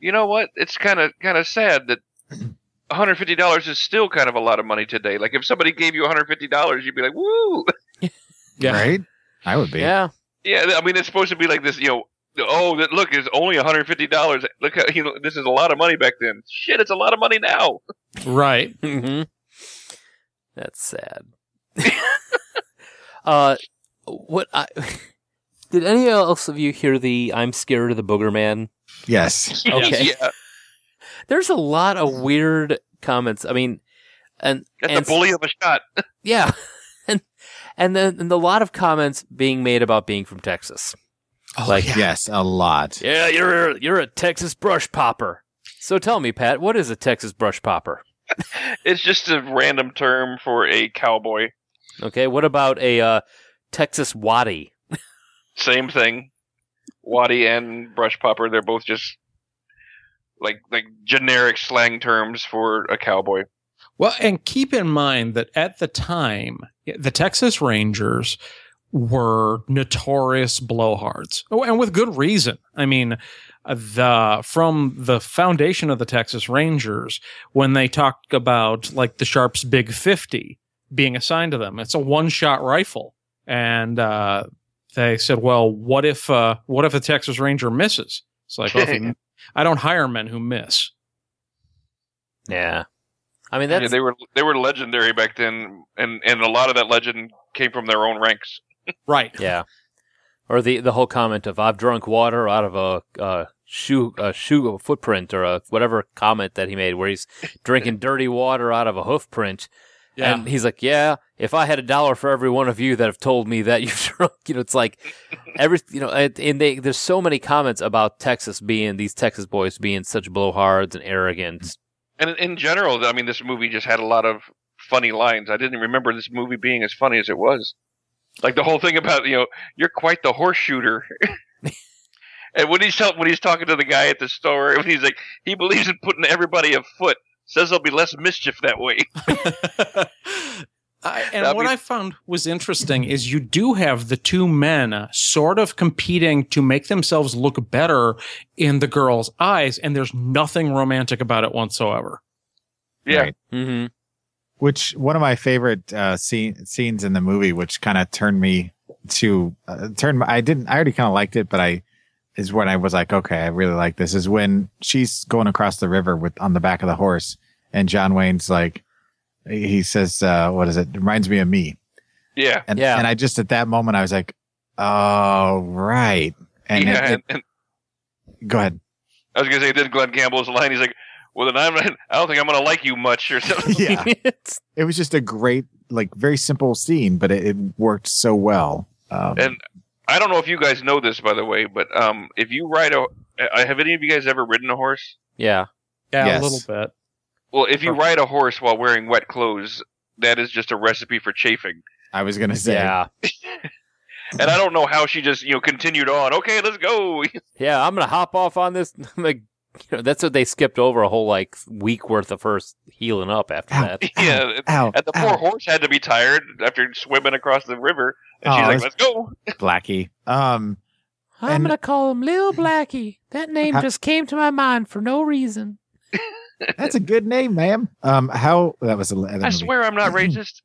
you know what? It's kind of kind of sad that. One hundred fifty dollars is still kind of a lot of money today. Like if somebody gave you one hundred fifty dollars, you'd be like, "Woo!" Yeah. Right? I would be. Yeah. Yeah, I mean, it's supposed to be like this, you know. Oh, that look is only one hundred fifty dollars. Look, how, you know, this is a lot of money back then. Shit, it's a lot of money now. Right. Mm-hmm. That's sad. uh, what I did? Any else of you hear the "I'm scared of the booger man"? Yes. Okay. yeah, There's a lot of weird comments. I mean, and that's and a bully of a shot. Yeah, and and then and a lot of comments being made about being from Texas. Oh, like, Yes, a lot. yeah, you're you're a Texas brush popper. So tell me, Pat, what is a Texas brush popper? It's just a random term for a cowboy. Okay, what about a uh, Texas waddy? Same thing. Waddy and brush popper. They're both just like like generic slang terms for a cowboy. Well, and keep in mind that at the time, the Texas Rangers were notorious blowhards, oh, and with good reason. I mean, uh, the from the foundation of the Texas Rangers, when they talked about like the Sharps Big Fifty being assigned to them, it's a one-shot rifle, and uh, they said, "Well, what if uh, what if a Texas Ranger misses?" It's like, well, if you- I don't hire men who miss. Yeah, I mean that's Yeah, they were they were legendary back then, and and a lot of that legend came from their own ranks. Right. Yeah. Or the the whole comment of I've drunk water out of a uh, shoe a shoe a footprint or a whatever comment that he made where he's drinking dirty water out of a hoof print. Yeah. And he's like, "Yeah, if I had a dollar for every one of you that have told me that you've drunk, you know, it's like every, you know, and and they there's so many comments about Texas being these Texas boys being such blowhards and arrogant. And in- in general, I mean, this movie just had a lot of funny lines. I didn't remember this movie being as funny as it was. Like the whole thing about you know, you're quite the horse shooter. and when he's tell- when he's talking to the guy at the store, when he's like, he believes in putting everybody afoot. Says there'll be less mischief that way. I, That'd and what be- I found was interesting is you do have the two men uh, sort of competing to make themselves look better in the girl's eyes, and there's nothing romantic about it whatsoever. Yeah. Right. Mm-hmm. which one of my favorite uh, scene, scenes in the movie, which kind of turned me to uh, turn. I didn't. I already kind of liked it, but I is when I was like, okay, I really like this. Is when she's going across the river with on the back of the horse, and John Wayne's like, he says, uh, "What is it? Reminds me of me." Yeah, And Yeah. and I just at that moment I was like, oh right. And it- yeah. it- and- and go ahead. I was gonna say, then Glenn Campbell's line. He's like, "Well, then I'm, I don't think I'm gonna like you much," or something. Yeah, it was just a great, like, very simple scene, but it, it worked so well. Um, And I don't know if you guys know this, by the way, but um, if you ride a, uh, have any of you guys ever ridden a horse? yeah, Yeah, Yes. a little bit. Well, if you Perfect. ride a horse while wearing wet clothes, that is just a recipe for chafing. I was gonna say, yeah, And I don't know how she just, you know, continued on. Okay, let's go. yeah. I'm gonna hop off on this. I'm like, you know, that's what they skipped over a whole like week worth of her healing up after Ow. that. yeah. Ow, And the ow. Oh. poor horse had to be tired after swimming across the river. And Aw, Oh, she's that's- like, let's go. Blackie. Um, I'm And- gonna call him Lil Blackie. That name How- just came to my mind for no reason. that's a good name, ma'am. Um, how that was a that I movie. swear I'm not racist.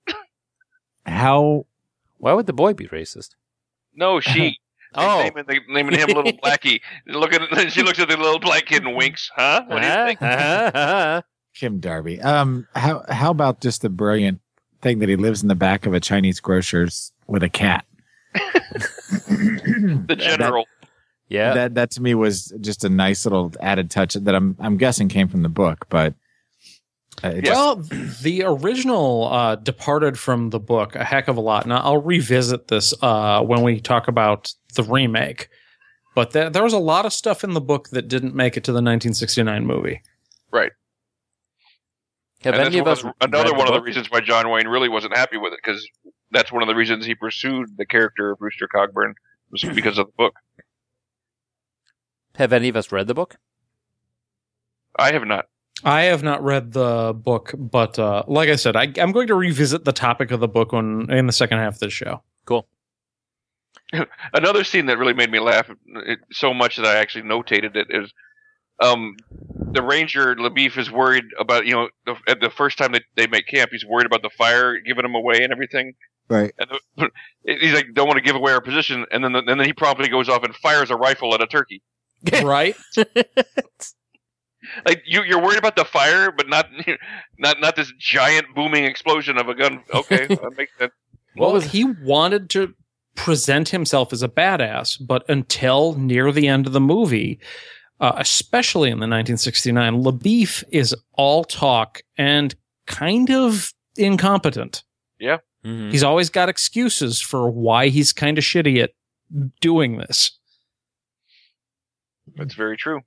How Why would the boy be racist? No, she. Oh, Naming, they, naming him Little Blackie. Look at, she looks at the little black kid and winks. Huh? What do you think? Kim Darby. Um, how how about just the brilliant thing that he lives in the back of a Chinese grocer's with a cat? The general. yeah. That that to me was just a nice little added touch that I'm I'm guessing came from the book, but uh, it just- Well, the original uh, departed from the book a heck of a lot, and I'll revisit this uh, when we talk about the remake. But there, there was a lot of stuff in the book that didn't make it to the 1969 movie. Have and any of that's us one- another read one of the book? reasons why John Wayne really wasn't happy with it because that's one of the reasons he pursued the character of Brewster Cogburn was because of the book. Have any of us read the book? I have not. I have not read the book, but uh, like I said, I, I'm going to revisit the topic of the book on, in the second half of the show. Another scene that really made me laugh it, so much that I actually notated it is um, the ranger Labeef is worried about you know the, at the first time that they make camp he's worried about the fire giving him away and everything. Right. And the, he's like don't want to give away our position and then and then he promptly goes off and fires a rifle at a turkey. right? like you, you're worried about the fire, but not not not this giant booming explosion of a gun. Okay, that makes sense. Well, What was he wanted to present himself as a badass, but until near the end of the movie, uh, especially in the 1969, LaBeef is all talk and kind of incompetent. Mhm. He's always got excuses for why he's kind of shitty at doing this. That's very true.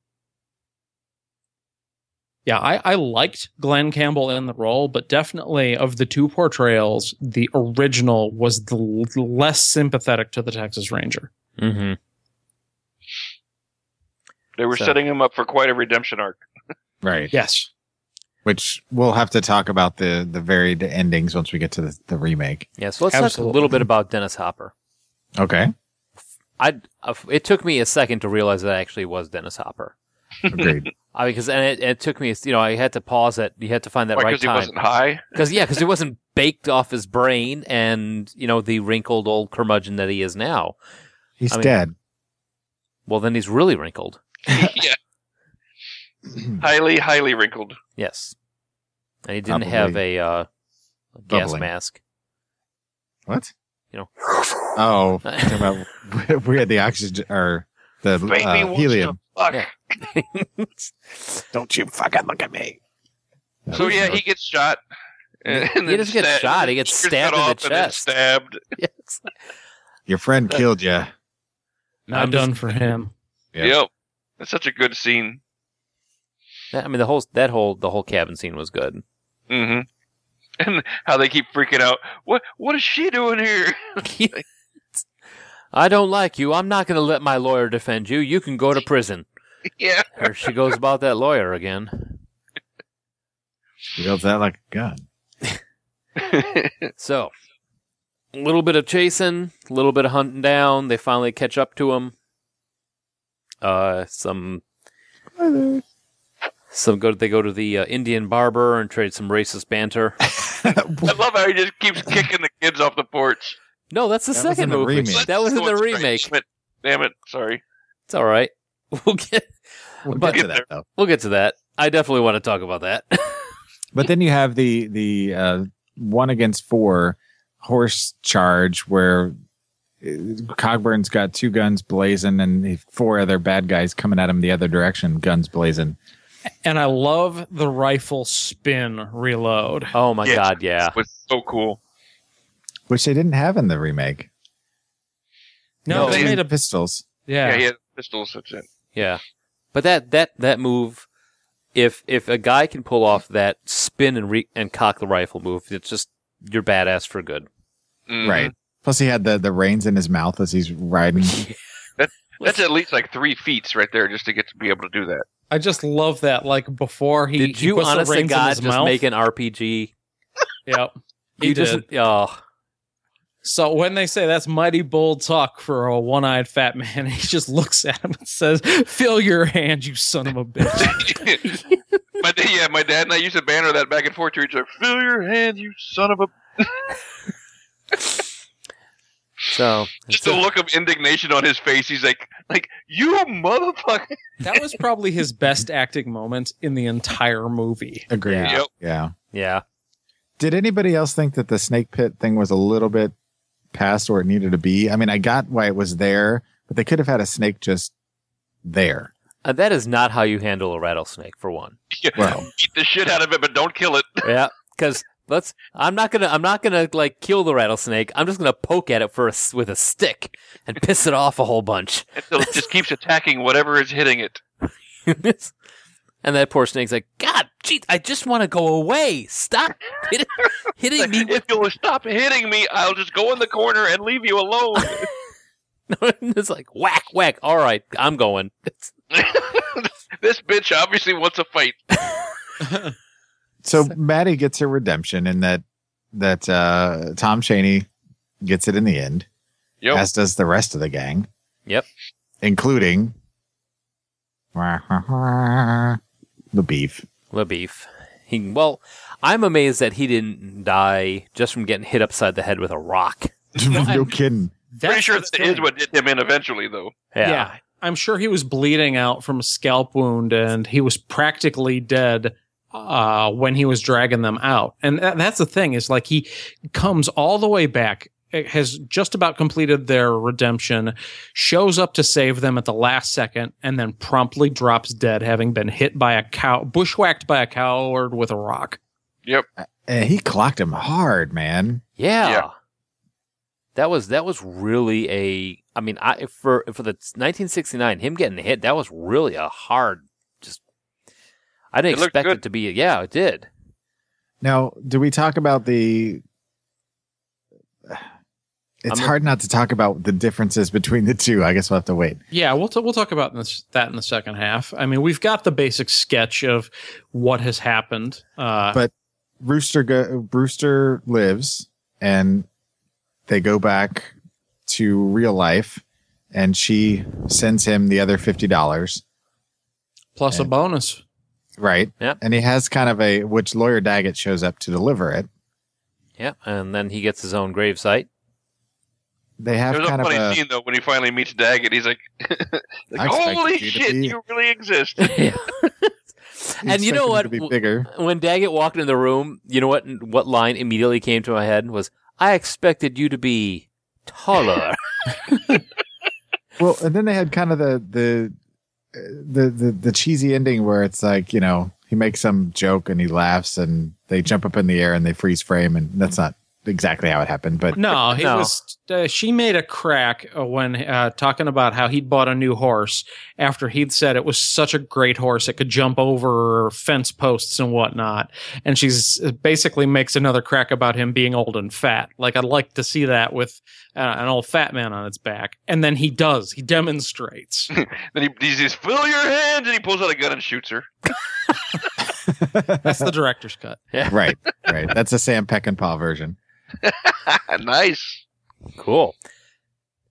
Yeah, I, I liked Glenn Campbell in the role, but definitely of the two portrayals, the original was the l- less sympathetic to the Texas Ranger. Mhm. They were So- setting him up for quite a redemption arc. right. Yes. Which we'll have to talk about the the varied endings once we get to the, the remake. Yeah. So let's talk a Absolutely. little bit about Dennis Hopper. Okay. I uh, it took me a second to realize that I actually was Dennis Hopper. Agreed. I because and it, it took me you know I had to pause it. You had to find that Why? right Because he time. wasn't high. Because yeah, because he wasn't baked off his brain, and you know the wrinkled old curmudgeon that he is now. He's I mean- dead. Well, then he's really wrinkled. yeah, highly, highly wrinkled. Yes, and he didn't have a uh, gas Bubbling. mask. What? You know. Oh, talking about we had the oxygen or the Make me uh, watch helium. the fuck. Yeah. Don't you fucking look at me. So yeah, he gets shot, And He then doesn't get shot, he gets ears cut stabbed in the off and then chest. Stabbed. Yes. Your friend killed you. Not I'm done for him. Yeah. Yep. That's such a good scene. I mean, the whole that whole the whole cabin scene was good. hmm And how they keep freaking out. What What is she doing here? I don't like you. I'm not going to let my lawyer defend you. You can go to prison. yeah. There she goes about that lawyer again. She wields that like a gun. So, a little bit of chasing, a little bit of hunting down. They finally catch up to him. Uh, some some go. They go to the uh, Indian barber and trade some racist banter. I love how he just keeps kicking the kids off the porch. No, that's the That was in second the movie. remake. That was in Oh, the it's great. remake. Shit. Damn it. Sorry. It's all right. We'll get We'll But- get to that though. we'll get to that. I definitely want to talk about that. But then you have the the uh, one against four horse charge where uh, Cogburn's got two guns blazing and the four other bad guys coming at him the other direction, guns blazing. And I love the rifle spin reload. oh my Yeah. god, yeah. It was so cool. Which they didn't have in the remake. No, No, they they- made a pistols. yeah. Yeah, he had pistols. That's it. Yeah, but that that that move, if if a guy can pull off that spin and re- and cock the rifle move, it's just you're badass for good. Mhm. Right. Plus he had the, the reins in his mouth as he's riding. That's at least like three feats right there just to get to be able to do that. I just love that. Like before he Did you he puts the honestly rings in God his just mouth. make an RPG? Yep. He you did. just oh So when they say that's mighty bold talk for a one-eyed fat man, he just looks at him and says, "Fill your hand, you son of a bitch." my da- yeah, my dad and I used to banter that back and forth to each other. Fill your hand, you son of a! so Just the look of indignation on his face. He's like, like you motherfucker. that was probably his best acting moment in the entire movie. Agreed. Yeah. Yep. yeah. yeah. Did anybody else think that the snake pit thing was a little bit past where it needed to be? I mean, I got why it was there, but they could have had a snake just there. Uh, that is not how you handle a rattlesnake for one. Well, Beat the shit out of it, but don't kill it. Yeah, because let's. I'm not gonna. I'm not gonna like kill the rattlesnake. I'm just gonna poke at it for a s with a stick and piss it off a whole bunch. Until it just keeps attacking whatever is hitting it. and that poor snake's like, God, geez, I just want to go away. Stop hit- hitting me with If you'll stop hitting me, I'll just go in the corner and leave you alone. it's like whack whack. All right, I'm going. It's, this bitch obviously wants a fight. so Maddie gets her redemption in that that uh, Tom Cheney gets it in the end, Yep. as does the rest of the gang. Yep. including the beef. Le beef. He well, I'm amazed that he didn't die just from getting hit upside the head with a rock. no kidding. Pretty sure That's that is what did him in eventually, though. Yeah. I'm sure he was bleeding out from a scalp wound and he was practically dead uh, when he was dragging them out. And tha- that's the thing is like he comes all the way back, eh, has just about completed their redemption, shows up to save them at the last second, and then promptly drops dead, having been hit by a cow, bushwhacked by a coward with a rock. And he clocked him hard, man. Yeah. Yeah. That was that was really a I mean I for for the 1969 him getting hit that was really a hard just I didn't It looked expect good. it to be yeah it did Now, do we talk about the? It's I'm- hard not to talk about the differences between the two. I guess we'll have to wait. Yeah, we'll t- we'll talk about this, that in the second half. I mean, we've got the basic sketch of what has happened. Uh, But- Rooster go, Brewster lives, and they go back to real life, and she sends him the other fifty dollars, plus a and- bonus. right? Yep. And he has kind of a which lawyer Daggett shows up to deliver it. yeah and then he gets his own gravesite They It have was a kind of funny a scene though when he finally meets Daggett. He's like, I like expected "Holy you to shit, be- you really exist!" Yeah. and you expected know him what To be W- bigger. when Daggett walked in the room you know what what line immediately came to my head was I expected you to be taller Well, and then they had kind of the the the the, the cheesy ending where it's like you know he makes some joke and he laughs and They jump up in the air and they freeze frame, and that's not exactly how it happened, but No, he No. was. Uh, she made a crack uh, when uh, talking about how he'd bought a new horse after he'd said it was such a great horse it could jump over fence posts and whatnot. And she's uh, basically makes another crack about him being old and fat. Like I'd like to see that with uh, an old fat man on its back. And then he does. He demonstrates. Then he, he says, "Fill your hands," and he pulls out a gun and shoots her. That's the director's cut. right, right. That's a Sam Peckinpah version. nice. Cool.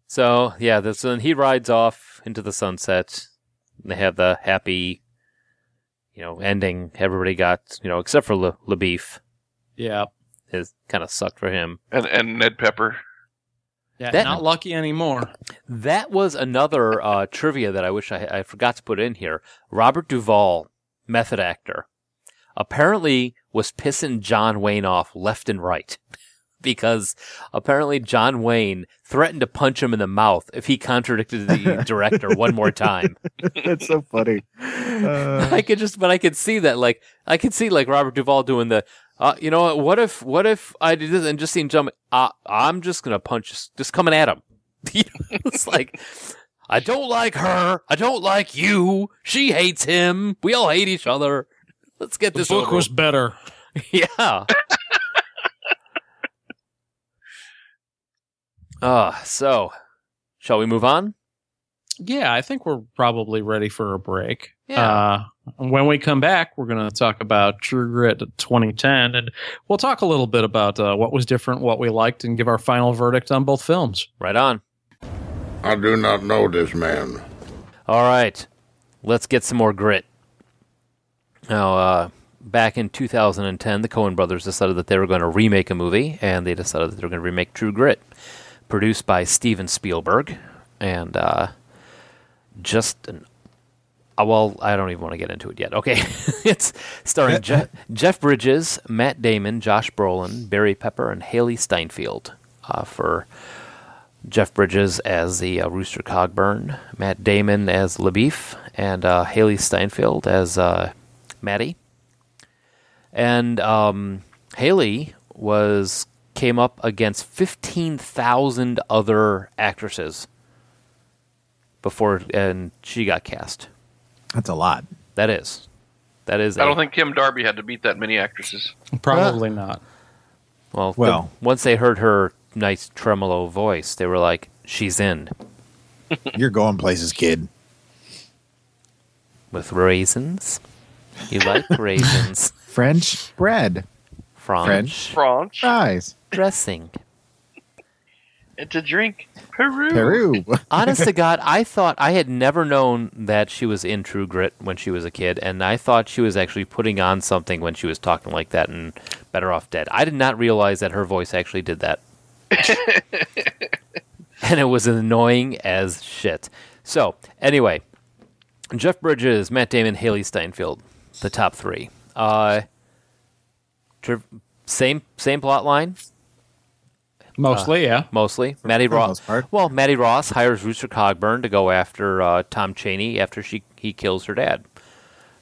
So yeah, this one he rides off into the sunset. And they have the happy, you know, ending. Everybody got you know, except for Le, Le Beef. Yeah. Is kind of sucked for him. And and Ned Pepper. Yeah. That- not lucky anymore. That was another uh, trivia that I wish I, I forgot to put in here. Robert Duvall, method actor, apparently was pissing John Wayne off left and right because apparently John Wayne threatened to punch him in the mouth if he contradicted the director one more time. that's so funny. Uh, I could just, but I could see that, like, I could see like Robert Duvall doing the, uh, you know what? What if, what if I did this and just seen John? Uh, I'm just gonna punch, just coming at him. You know, it's like, I don't like her. I don't like you. She hates him. We all hate each other. Let's get this over with. better. yeah. Ah, so shall we move on? Yeah, I think we're probably ready for a break. Yeah. Uh, when we come back, we're going to talk about True Grit 2010, and we'll talk a little bit about uh, what was different, what we liked, and give our final verdict on both films. Right on. I do not know this man. All right, let's get some more grit. Now, uh, back in 2010, the Coen brothers decided that they were going to remake a movie, and they decided that they were going to remake True Grit, produced by Steven Spielberg, and uh, just an. uh, Well, I don't even want to get into it yet. Okay, it's starring Je- Jeff Bridges, Matt Damon, Josh Brolin, Barry Pepper, and Haley Steinfeld uh, for Jeff Bridges as the uh, Rooster Cogburn, Matt Damon as LaBeef, and uh, Haley Steinfeld as uh, Maddie. And um, Haley was came up against fifteen thousand other actresses before, and she got cast. that's a lot. That is, that is. I a- don't think Kim Darby had to beat that many actresses. Probably not. Well, Well- the- once they heard her nice tremolo voice, they were like, "She's in." You're going places, kid. with raisins. You like raisins. French bread, French, France. fries, dressing. It's a drink. Peru. Peru. Honest to God, I thought I had never known that she was in True Grit when she was a kid, and I thought she was actually putting on something when she was talking like that in Better Off Dead. I did not realize that her voice actually did that. and it was annoying as shit. So, anyway, Jeff Bridges, Matt Damon, Haley Steinfeld, the top three. Uh, tr- same same plot line, Mostly, yeah. mostly. Maddie the Ross. most part. Well, Maddie Ross hires Rooster Cogburn to go after uh, Tom Cheney after she he kills her dad,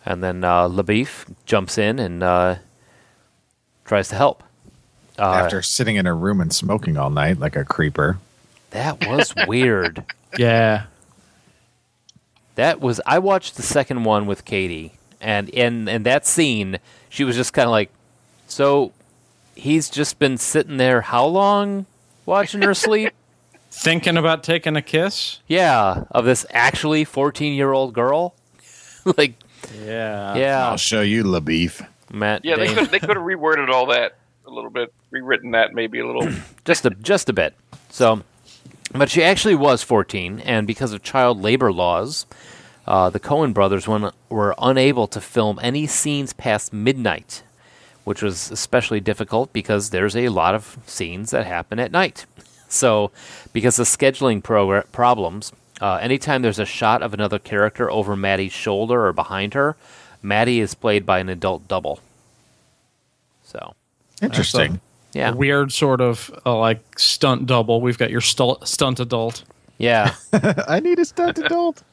and then uh, LaBeef jumps in and uh, tries to help. After sitting in a room and smoking all night like a creeper. That was weird. Yeah. That was I watched the second one with Katie, and in and that scene, she was just kind of like, so he's just been sitting there how long watching her sleep? Thinking about taking a kiss? yeah, of this actually fourteen year old girl. like, Yeah. yeah, I'll show you, LaBeef. Matt. Yeah, they Damon. could they could have reworded all that a little bit, rewritten that maybe a little. just a just a bit. So, but she actually was 14, and because of child labor laws, uh, the Cohen brothers wen- were unable to film any scenes past midnight, which was especially difficult because there's a lot of scenes that happen at night. So, because of scheduling progra- problems, uh, anytime there's a shot of another character over Maddie's shoulder or behind her, Maddie is played by an adult double. So, Interesting. yeah. A weird sort of uh, like stunt double. We've got your stu- stunt adult. Yeah. I need a stunt adult.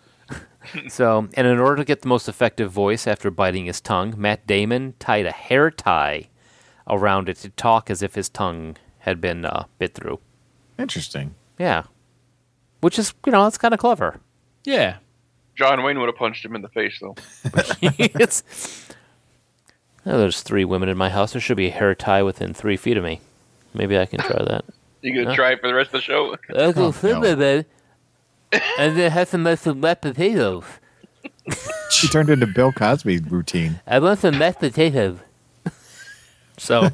So, and in order to get the most effective voice after biting his tongue, Matt Damon tied a hair tie around it to talk as if his tongue had been uh, bit through. Interesting. Yeah, which is you know that's kind of clever. Yeah. John Wayne would have punched him in the face, though. it's Oh, there's three women in my house. There should be a hair tie within three feet of me. Maybe I can try that. You gonna try it for the rest of the show? Uncle no. Cinnamon, and they have some mashed potatoes. She turned into Bill Cosby routine. I want some mashed potatoes. So,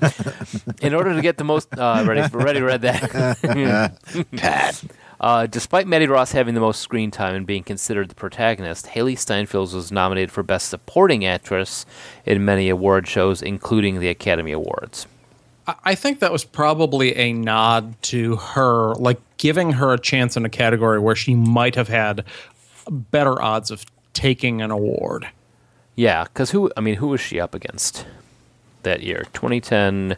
in order to get the most uh, ready, ready, read that. Pat. Uh, despite Maddie Ross having the most screen time and being considered the protagonist, Haley Steinfeld was nominated for Best Supporting Actress in many award shows, including the Academy Awards. I- I think that was probably a nod to her, like giving her a chance in a category where she might have had better odds of taking an award. Yeah, because who? I mean, who was she up against that year? 2010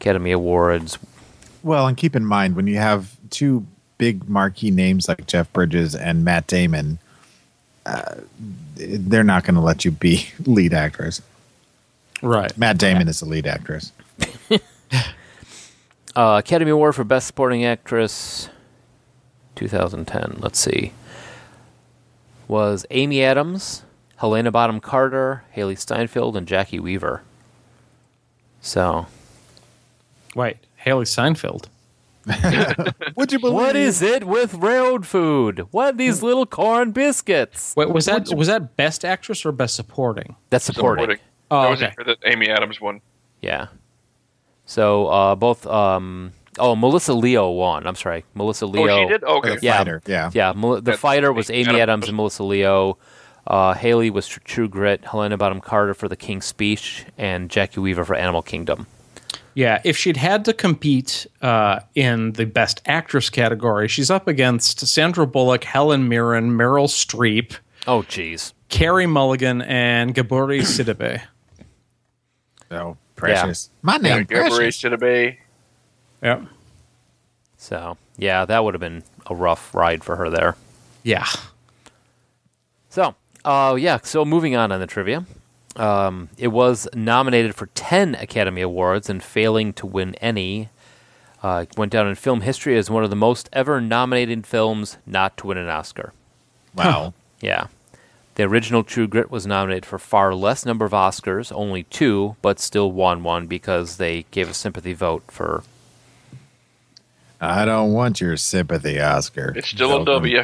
Academy Awards. Well, and keep in mind when you have two big marquee names like Jeff Bridges and Matt Damon, uh, they're not going to let you be lead actress. Right. Matt Damon is the lead actress. Uh, Academy Award for Best Supporting Actress, 2010. Let's see. Was Amy Adams, Helena Bottom Carter, Haley Steinfeld, and Jackie Weaver. So, Wait, Haley Seinfeld. Would you Hmm. believe? what is it with railroad food? What these little corn biscuits? Wait, was that was that best actress or best supporting? That's supporting. Supporting. Oh, that was okay. for the Amy Adams one. Yeah. So uh, both. Um, oh, Melissa Leo won. I'm sorry, Melissa Leo. Oh, she did. Oh, okay. The Yeah. fighter, yeah. Yeah, Mel- the That's- fighter was Amy Adam- Adams and Melissa Leo. Uh, Haley was Tr- True Grit. Helena Bottom Carter for The King's Speech, and Jackie Weaver for Animal Kingdom. Yeah, if she'd had to compete uh, in the best actress category, she's up against Sandra Bullock, Helen Mirren, Meryl Streep, Oh, jeez. Carrie Mulligan, and Gabori Sidibe. So precious. My name Yeah, Gabrielle precious. Sidibe. Yep. So yeah, that would have been a rough ride for her there. Yeah. So, uh, yeah, so moving on on the trivia. Um, it was nominated for 10 Academy Awards and failing to win any. Uh, it went down in film history as one of the most ever nominated films not to win an Oscar. Wow. Yeah. The original True Grit was nominated for far less number of Oscars, only two, but still won one because they gave a sympathy vote for. I don't want your sympathy, Oscar. It's still a W.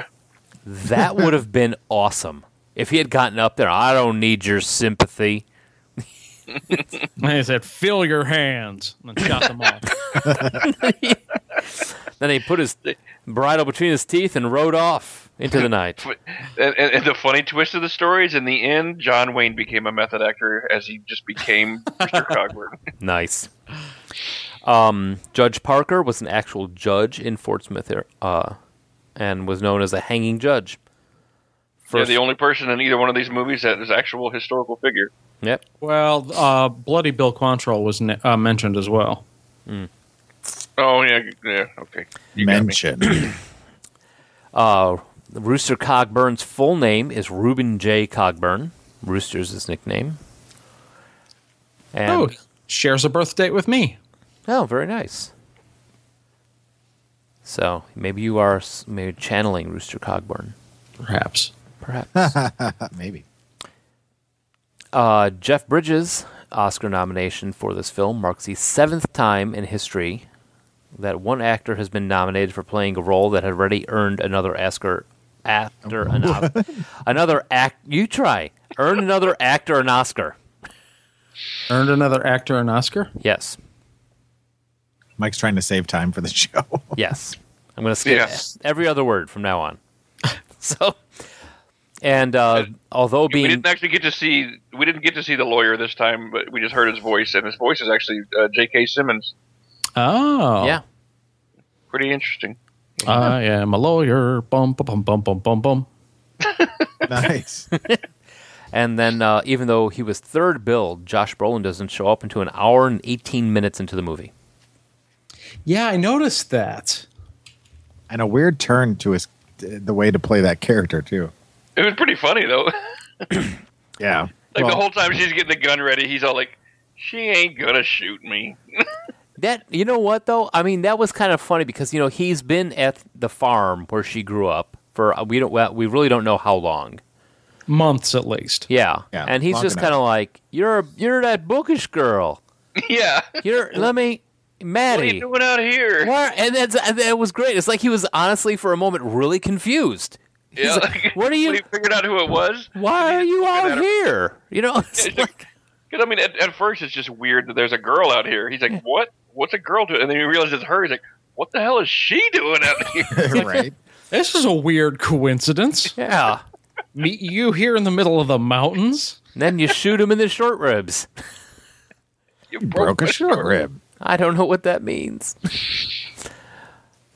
That would have been awesome. If he had gotten up there, I don't need your sympathy. They said, "Fill your hands," and then shot them off. Then he put his bridle between his teeth and rode off into the night. But- And, and, and the funny twist of the story is, in the end, John Wayne became a method actor as he just became Mr. Cogburn. Nice. Um, judge Parker was an actual judge in Fort Smith uh, and was known as a hanging judge. They're First, the only person in either one of these movies that is actual historical figure. yep. Well, uh, bloody Bill Quantrill was ne- uh, mentioned as well. Oh yeah, yeah. Okay. You got me. Mention. Uh, Rooster Cogburn's full name is Reuben J. Cogburn. Rooster's his nickname. And, oh, shares a birth date with me. Oh, very nice. So maybe you are s- maybe channeling Rooster Cogburn, Perhaps. perhaps. Maybe. Uh, Jeff Bridges' Oscar nomination for this film marks the seventh time in history that one actor has been nominated for playing a role that had already earned another Oscar. Actor, an Os- another act. You try earn another actor an Oscar. Earned another actor an Oscar. Yes, Mike's trying to save time for the show. yes. I'm going to skip Yes. every other word from now on. so, and uh, although We being didn't actually get to see. We didn't get to see the lawyer this time, but we just heard his voice, and his voice is actually uh, J.K. Simmons. Oh, yeah, Pretty interesting. I am a lawyer. Bum bum bum bum bum bum bum. nice. And then, uh, even though he was third billed, Josh Brolin doesn't show up until an hour and 18 minutes into the movie. Yeah, I noticed that. And a weird turn to his the way to play that character too. It was pretty funny though. Yeah. Like Well- the whole time she's getting the gun ready, he's all like, She ain't gonna shoot me. That you know what though? I mean, that was kind of funny because you know he's been at the farm where she grew up for uh, we don't well, we really don't know how long. months at least. Yeah, Yeah, and he's long just enough. kind of like you're you're that bookish girl. yeah. You're let me What are Maddie. you doing out here? Why- And that's and that was great. It's like he was honestly for a moment really confused. Yeah, like, like, what are you- When he figured out who it was. Why are you figured out out- here? You know, it's Yeah, it's like- Because I mean, at, at first it's just weird that there's a girl out here. He's like, "What? What's a girl doing?" And then he realizes it's her. He's like, "What the hell is she doing out here?" right? This is a weird coincidence. yeah. Meet you here in the middle of the mountains. And then you shoot him in the short ribs. You Broke a my short rib. I don't know what that means.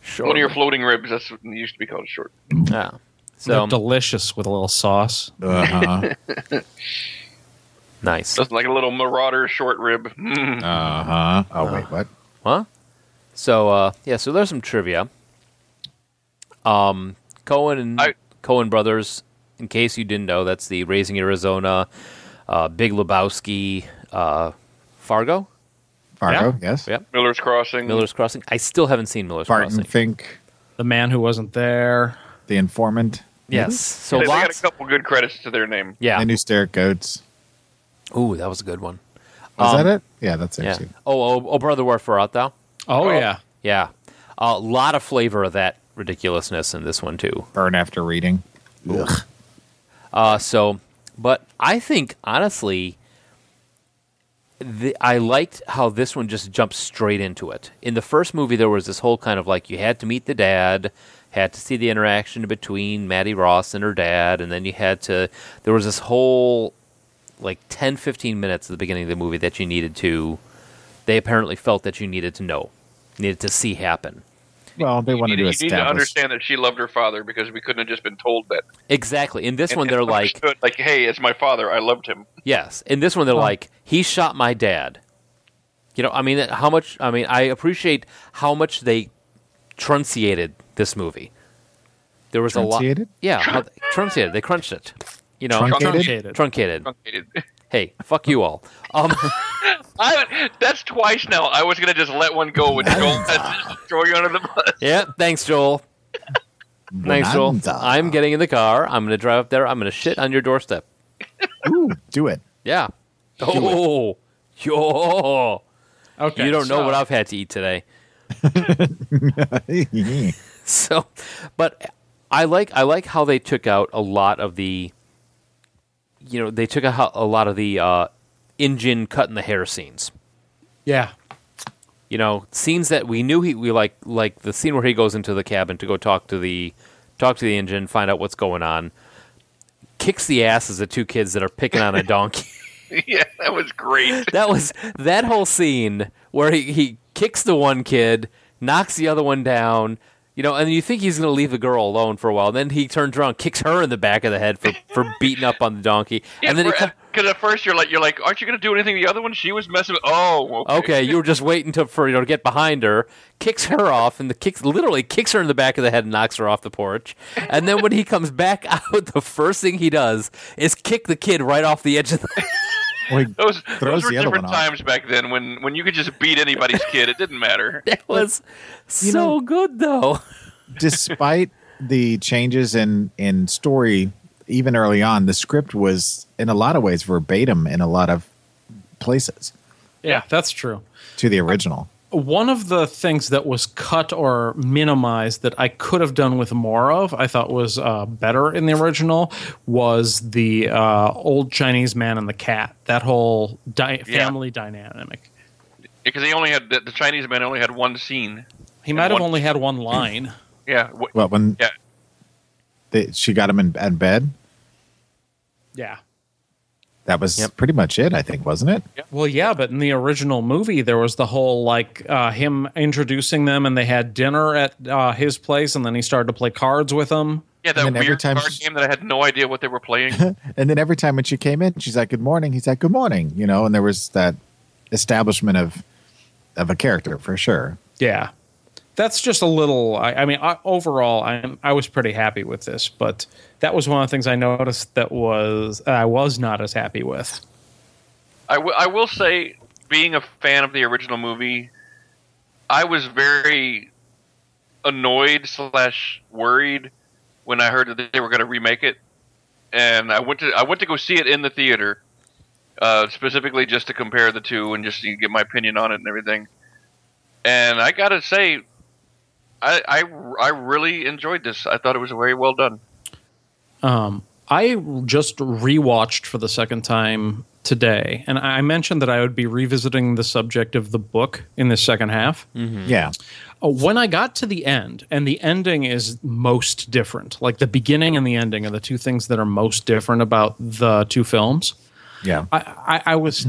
Short. One of your floating ribs. That's what it used to be called short. yeah. They're So delicious with a little sauce. Uh-huh. nice. That's like a little marauder short rib. Mm. Uh-huh. Oh, wait, what? Huh? So uh, yeah, so there's some trivia. Um, Cohen and I- Cohen brothers. In case you didn't know, that's the Raising Arizona, uh, Big Lebowski, uh, Fargo, Fargo, yes. Yeah. Miller's Crossing. Miller's Crossing. I still haven't seen Miller's Barton Crossing. Fink, The man who wasn't there. The Informant, Yes. Mm-hmm. So They, they got lots. a couple good credits to their name. yeah. and New Stare Goats. Ooh, that was a good one. Was Um, that it? Yeah, that's it Yeah. too. Oh, oh, oh, brother, wherefore art thou? Oh, yeah. Yeah. A lot of flavor of that ridiculousness in this one too. Burn after reading. Ugh. Uh, so, but I think honestly, the, I liked how this one just jumped straight into it. In the first movie, there was this whole kind of like you had to meet the dad, had to see the interaction between Maddie Ross and her dad, and then you had to. There was this whole like 10, 15 minutes at the beginning of the movie that you needed to. They apparently felt that you needed to know, needed to see happen. Well, they You, wanted need- to you need to establish. understand that she loved her father because we couldn't have just been told that. Exactly. In this And- one, and they're like, understood, like, hey, it's my father. I loved him. Yes. In this one, they're like, he shot my dad. You know, I mean, how much, I mean, I appreciate how much they trunciated this movie. There was a lot. Trunciated? Yeah. How, they- trunciated. They crunched it. You know, Truncated? Truncated. truncated. Truncated. Hey, fuck you all. Um, I, that's twice now. I was gonna just let one go when Joel has to throw you under the bus. yeah. Thanks, Joel. Thanks, Joel. Bonanza. I'm getting in the car. I'm going to drive up there. I'm going to shit on your doorstep. Ooh, do it. Yeah. Oh, yo. Okay. You don't know so- what I've had to eat today. so but i like i like how they took out a lot of the you know they took out ho- a lot of the uh engine cutting the hair scenes Yeah. you know scenes that we knew he we like like the scene where he goes into the cabin to go talk to the talk to the engine find out what's going on kicks the asses of two kids that are picking on a donkey yeah, that was great. that was that whole scene where he, he kicks the one kid, knocks the other one down, you know, and you think he's going to leave the girl alone for a while. Then he turns around, kicks her in the back of the head for, for beating up on the donkey, and then he co- because at first you're like you're like, aren't you gonna do anything? to The other one, she was messing. with... Oh, okay. okay, you were just waiting to, for you know, to get behind her, kicks her off, and the kicks literally kicks her in the back of the head and knocks her off the porch. And then when he comes back out, the first thing he does is kick the kid right off the edge of the. Like, Those, Throws those were the other different one off. times back then when, when you could just beat anybody's kid. It didn't matter. That was so know- good though. despite the changes in in story, even early on, the script was in a lot of ways verbatim in a lot of places Yeah, that's true. to the original. One of the things that was cut or minimized that I could have done with more of, I thought was uh, better in the original, was the uh, old Chinese man and the cat. That whole di- family dynamic. Because he only had the, the Chinese man only had one scene. He might have one- only had one line. Yeah, wh- Well, when yeah. they, she got him in, in bed, yeah. that was Yep. pretty much it, I think, wasn't it? Well, yeah, but in the original movie, there was the whole like uh, him introducing them, and they had dinner at uh, his place, and then he started to play cards with them. Yeah, that And then every weird time card she- game that I had no idea what they were playing. And then every time when she came in, she's like, "Good morning." He's like, "Good morning," you know. And there was that establishment of of a character for sure. Yeah, that's just a little. I, I mean, I, overall, I'm I was pretty happy with this, but that was one of the things I noticed that was I was not as happy with. I, w- I will say being a fan of the original movie, I was very annoyed slash worried when I heard that they were going to remake it, and I went to I went to go see it in the theater, uh, specifically just to compare the two and just to get my opinion on it and everything. And I gotta say, I I, I really enjoyed this. I thought it was very well done. Um, I just rewatched for the second time today, and I mentioned that I would be revisiting the subject of the book in the second half. Yeah. Uh, When I got to the end, and the ending is most different, like the beginning and the ending are the two things that are most different about the two films. Yeah. I, I, I was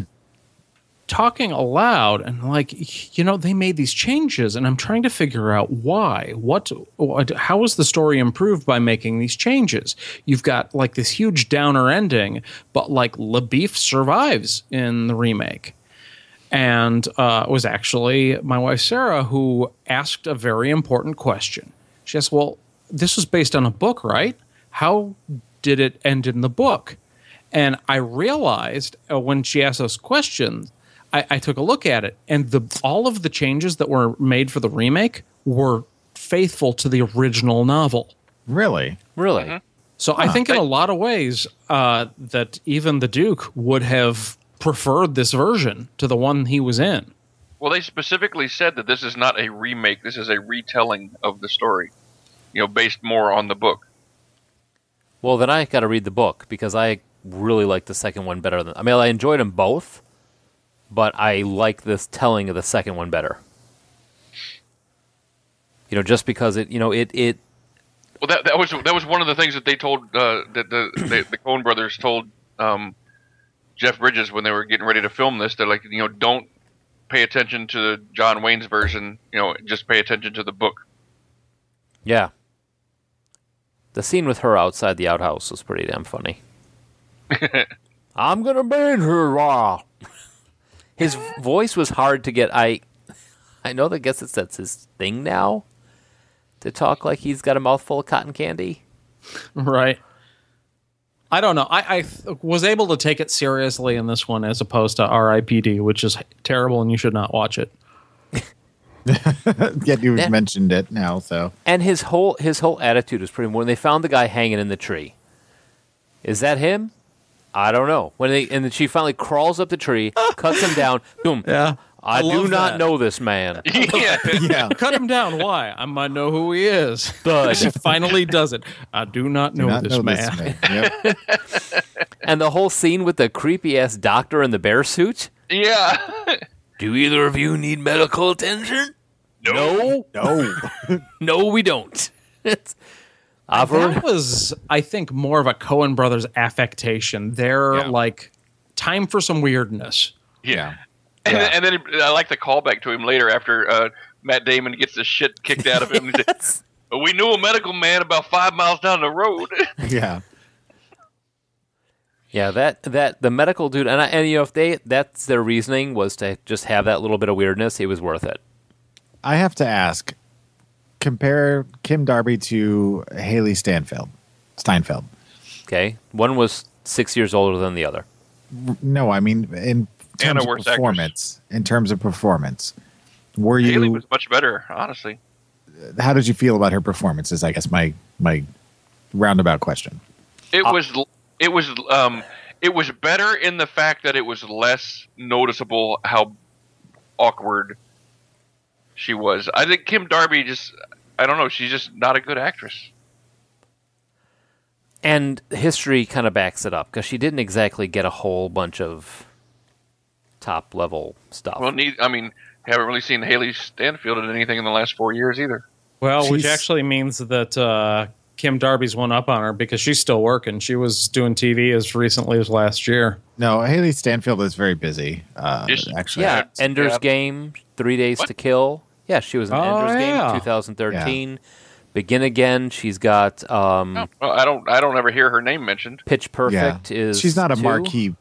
talking aloud and like you know they made these changes and i'm trying to figure out why what, what how was the story improved by making these changes you've got like this huge downer ending but like labeef survives in the remake and uh, it was actually my wife sarah who asked a very important question she asked well this was based on a book right how did it end in the book and I realized uh, when she asked those questions, I, I took a look at it, and the all of the changes that were made for the remake were faithful to the original novel. Really? Really? So I think in a lot of ways uh, that even the Duke would have preferred this version to the one he was in. Well, they specifically said that this is not a remake. This is a retelling of the story, you know, based more on the book. Well, then I got to read the book because I really like the second one better than. I mean, I enjoyed them both, but I like this telling of the second one better. You know, just because it, you know, it it Well, that, that was that was one of the things that they told uh, that the the, the Coen Brothers told um, Jeff Bridges when they were getting ready to film this. They're like, you know, don't pay attention to John Wayne's version. You know, just pay attention to the book. Yeah. The scene with her outside the outhouse was pretty damn funny. I'm gonna burn her raw. His voice was hard to get. I, I know. that guess it's that's his thing now, to talk like he's got a mouthful of cotton candy. Right. I don't know. I, I th- was able to take it seriously in this one as opposed to R.I.P.D., which is terrible and you should not watch it. Yeah, you That- mentioned it now, so And his whole his whole attitude was pretty. When they found the guy hanging in the tree, is that him? I don't know. When they and then she finally crawls up the tree, cuts him down. Boom. Yeah. I, do love not that. know this man. yeah, yeah. Cut him down. Why? I might know who he is. Thud. she finally does it. I do not know, Not this, know man. Yep. And the whole scene with the creepy ass doctor in the bear suit. yeah. Do either of you need medical attention? No. no. No, we don't. It's I've That was, I think, more of a Cohen brothers affectation. They're Yeah. like, time for some weirdness. Yeah. And, then, and then I like the callback to him later after uh, Matt Damon gets the shit kicked out of him. He said, We knew a medical man about five miles down the road. Yeah. Yeah, that that the medical dude and I, and you know if they that's their reasoning was to just have that little bit of weirdness, it was worth it. I have to ask. Compare Kim Darby to Haley Stanfield. Steinfeld. Okay? One was 6 years older than the other. No, I mean in And a terms of worse actress. performance. In terms of performance, were you? Haley was much better, honestly. how did you feel about her performance? Is I guess my my roundabout question. It Uh, was it was um it was better in the fact that it was less noticeable how awkward she was. I think Kim Darby just I don't know, she's just not a good actress. And history kind of backs it up cuz she didn't exactly get a whole bunch of top level stuff. Well, need I mean, haven't really seen Haley Stanfield in anything in the last 4 years either. Well, which She's- actually means that uh, Kim Darby's one up on her because she's still working. She was doing TV as recently as last year. No, Haley Stanfield is very busy. Uh, Is she? actually, Yeah, Yeah. Ender's Yeah. Game, Three Days to Kill. Yeah, she was in Oh, Ender's yeah. Game 2013. Begin Again, she's got um, Well, I don't I don't ever hear her name mentioned. Pitch yeah. Perfect. Is she's not a two. marquee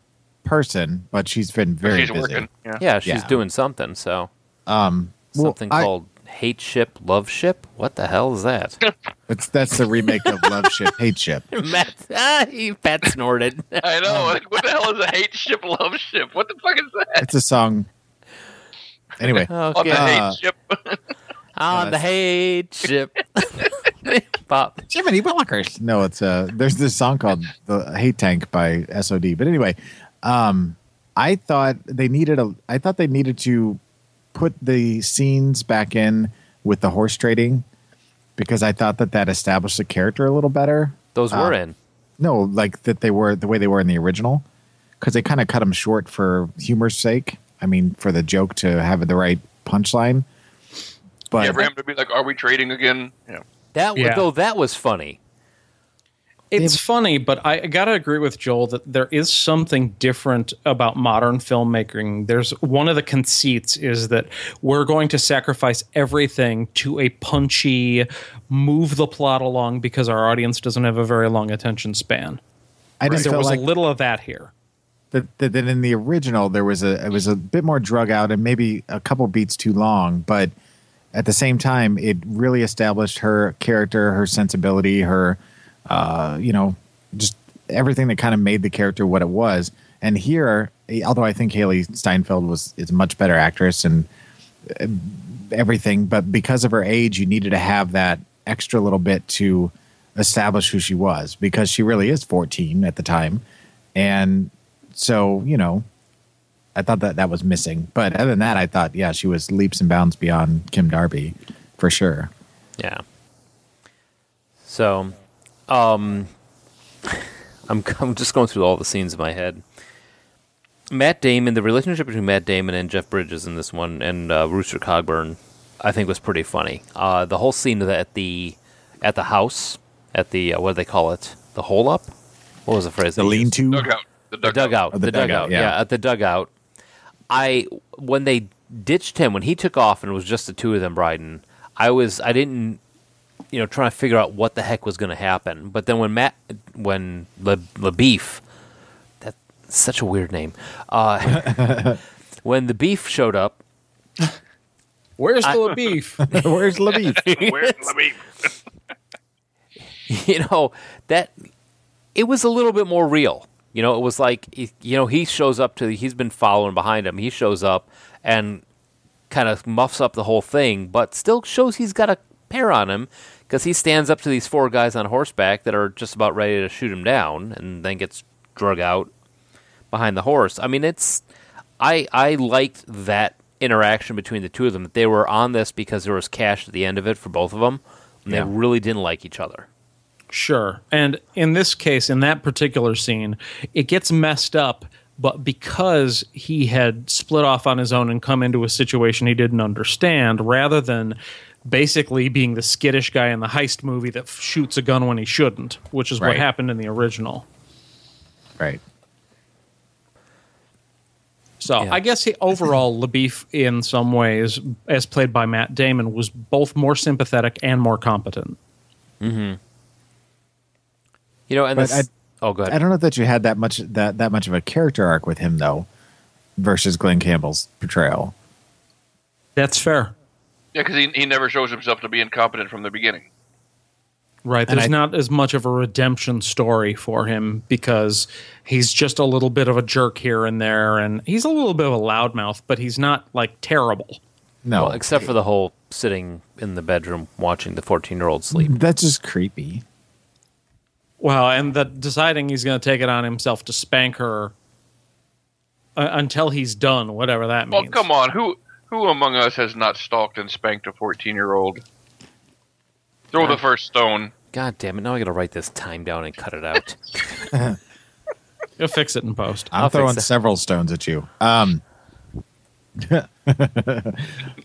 person, but she's been very she's busy. working. Yeah. Yeah, she's Yeah. doing something. So Um, well, something I- called Hate Ship, Love Ship. What the hell is that? it's, that's the remake of Love Ship, Hate Ship. Matt, ah, he, Pat snorted. I know. Like, what the hell is a hate ship, love ship? What the fuck is that? It's a song Anyway, On Okay. the Uh, hate ship. On the Yes. hate ship. Pop. Jiminy Willikers. No, it's uh there's this song called The Hate Tank by SOD. But anyway, um I thought they needed a I thought they needed to put the scenes back in with the horse trading because I thought that that established the character a little better. Those were Uh, in. No, like that they were the way they were in the original because they kind of cut them short for humor's sake. I mean, for the joke to have the right punchline. But Yeah, for him to be like, "Are we trading again?" Yeah. That Yeah. though that was funny. It's They've- funny, but I gotta agree with Joel that there is something different about modern filmmaking. There's one of the conceits is that we're going to sacrifice everything to a punchy move the plot along because our audience doesn't have a very long attention span. I just There felt was like a little of that here. that, that, that in the original there was a it was a bit more drug out and maybe a couple beats too long, but at the same time it really established her character, her sensibility, her uh, you know just everything that kind of made the character what it was. And here, although I think Haley Steinfeld was is a much better actress and uh, everything, but because of her age, you needed to have that extra little bit to establish who she was because she really is 14 at the time. And so, you know, I thought that that was missing. But other than that, I thought, yeah, she was leaps and bounds beyond Kim Darby for sure. Yeah. So, um, I'm I'm just going through all the scenes in my head. Matt Damon, the relationship between Matt Damon and Jeff Bridges in this one, and uh, Rooster Cogburn, I think was pretty funny. Uh, the whole scene of that at the at the house at the uh, what do they call it? The hole up. What was the phrase? The they lean used? to. Dugout. The the dugout. dugout. Oh, the, dugout. Yeah. at the dugout. I when they ditched him when he took off and it was just the two of them riding. I was I didn't you know trying to figure out what the heck was going to happen. But then when Matt when Le, Le Beef that's such a weird name. Uh, when the beef showed up, Where's the beef? Where's Levine? Where's Levine? you know that it was a little bit more real. You know, it was like you know he shows up to he's been following behind him. He shows up and kind of muffs up the whole thing, but still shows he's got a pair on him because he stands up to these four guys on horseback that are just about ready to shoot him down, and then gets drug out behind the horse. I mean, it's I I liked that interaction between the two of them. That they were on this because there was cash at the end of it for both of them, and Yeah. they really didn't like each other. Sure. And in this case, in that particular scene, it gets messed up, but because he had split off on his own and come into a situation he didn't understand, rather than basically being the skittish guy in the heist movie that f- shoots a gun when he shouldn't, which is what Right. happened in the original. Right. So Yeah. I guess he, overall, LaBeef, in some ways, as played by Matt Damon, was both more sympathetic and more competent. You know, and But this, oh, go I ahead. don't know that you had that much that that much of a character arc with him though, versus Glenn Campbell's portrayal. That's fair. Yeah, because he, he never shows himself to be incompetent from the beginning. Right. And There's I- not as much of a redemption story for him because he's just a little bit of a jerk here and there. And he's a little bit of a loudmouth, but he's not like terrible. No, Well, except for the whole sitting in the bedroom watching the fourteen-year-old sleep. that's just creepy. Well, and the deciding he's going to take it on himself to spank her uh, until he's done, whatever that Well, means. come on, who who among us has not stalked and spanked a fourteen year old? Throw the first stone. Mm-hmm. God damn it! Now I got to write this time down and cut it out. You'll fix it in post. I'm I'll fix throwing that. several stones at you. Um,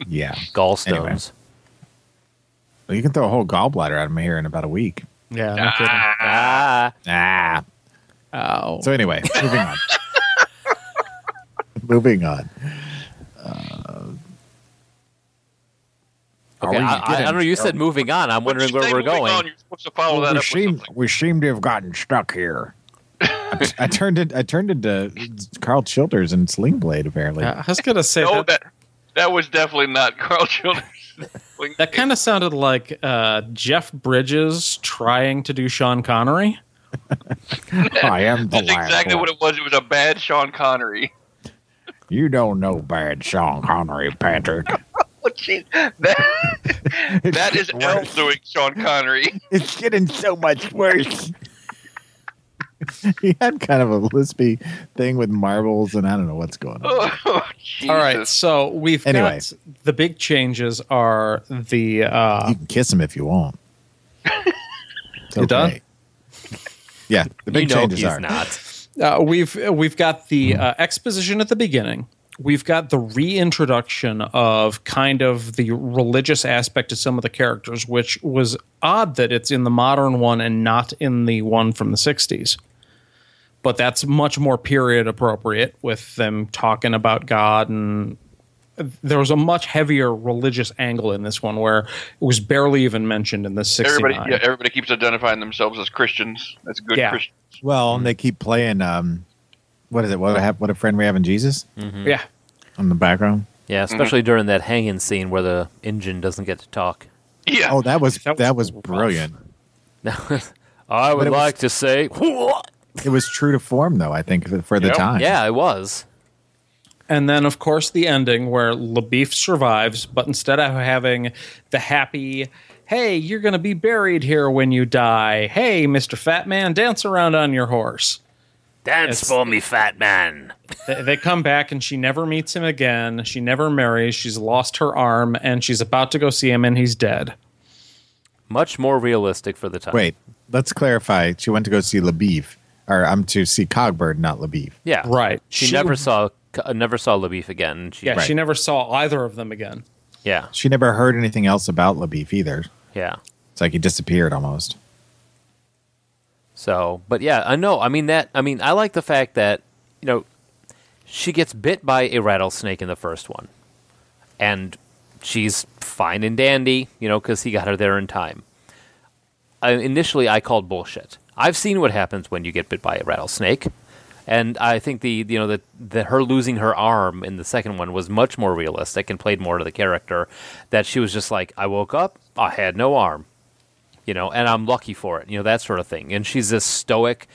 yeah, Gallstones. well, you can throw a whole gallbladder at him here in about a week. Yeah. No kidding. Ah, Ah. Oh. So anyway, moving on. moving on. Uh, are okay. we I, I- I getting- don't know. You said moving on. I'm wondering Stay where we're moving going. on, You're supposed to follow that we up seem with something. we seem to have gotten stuck here. I, t- I turned it. I turned into Carl Childers and Sling Blade. Apparently, Uh, I was going to say No, that, that that was definitely not Carl Childers. that kind of sounded like uh, Jeff Bridges trying to do Sean Connery. I am the That's last exactly one. what it was. It was a bad Sean Connery. You don't know bad Sean Connery, Patrick. Oh, jeez. That, that is L doing Sean Connery. It's getting so much worse. he had kind of a lispy thing with marbles, and I don't know what's going on. Oh, Jesus. All right, so we've Anyway. got the big changes are the uh, You can kiss him if you want. It's You done? okay. Yeah, the big you know changes he's are. not. uh, we've we've got the uh, exposition at the beginning. We've got the reintroduction of kind of the religious aspect of some of the characters, which was odd that it's in the modern one and not in the one from the 60s. But that's much more period appropriate with them talking about God and uh, there was a much heavier religious angle in this one where it was barely even mentioned in the 69. Everybody, yeah, everybody keeps identifying themselves as Christians. That's good Yeah. Christian. Well, and they keep playing. Um, what is it? What a, hap- what a friend we have in Jesus yeah. on the background. Yeah, especially during that hanging scene where the engine doesn't get to talk. Yeah. Oh, that was That that was was, rough. brilliant. I But would it was- like to say, It was true to form, though. I think for- for the Yep. time. yeah, it was. And then, of course, the ending where LaBeef survives, but instead of having the happy, hey, you're going to be buried here when you die. Hey, Mr. Fat Man, dance around on your horse. Dance It's- for me, fat man. They, they come back and she never meets him again. She never marries. She's lost her arm and she's about to go see him and he's dead. Much more realistic for the time. Wait, let's clarify. She went to go see Labeef, or I'm to see Cogbird, not Labeef. Yeah, Right. She, She- never saw uh, never saw LaBeef again. She, Yeah, Right. she never saw either of them again. yeah, She never heard anything else about Labeef either. yeah. It's like he disappeared almost. So, but yeah, I know. I mean that. I mean, I like the fact that you know she gets bit by a rattlesnake in the first one, and she's fine and dandy, you know, because he got her there in time. I, initially, I called bullshit. I've seen what happens when you get bit by a rattlesnake, and I think the you know the, the her losing her arm in the second one was much more realistic and played more to the character. That she was just like, I woke up, I had no arm you know, and I'm lucky for it, you know, that sort of thing. And she's this stoic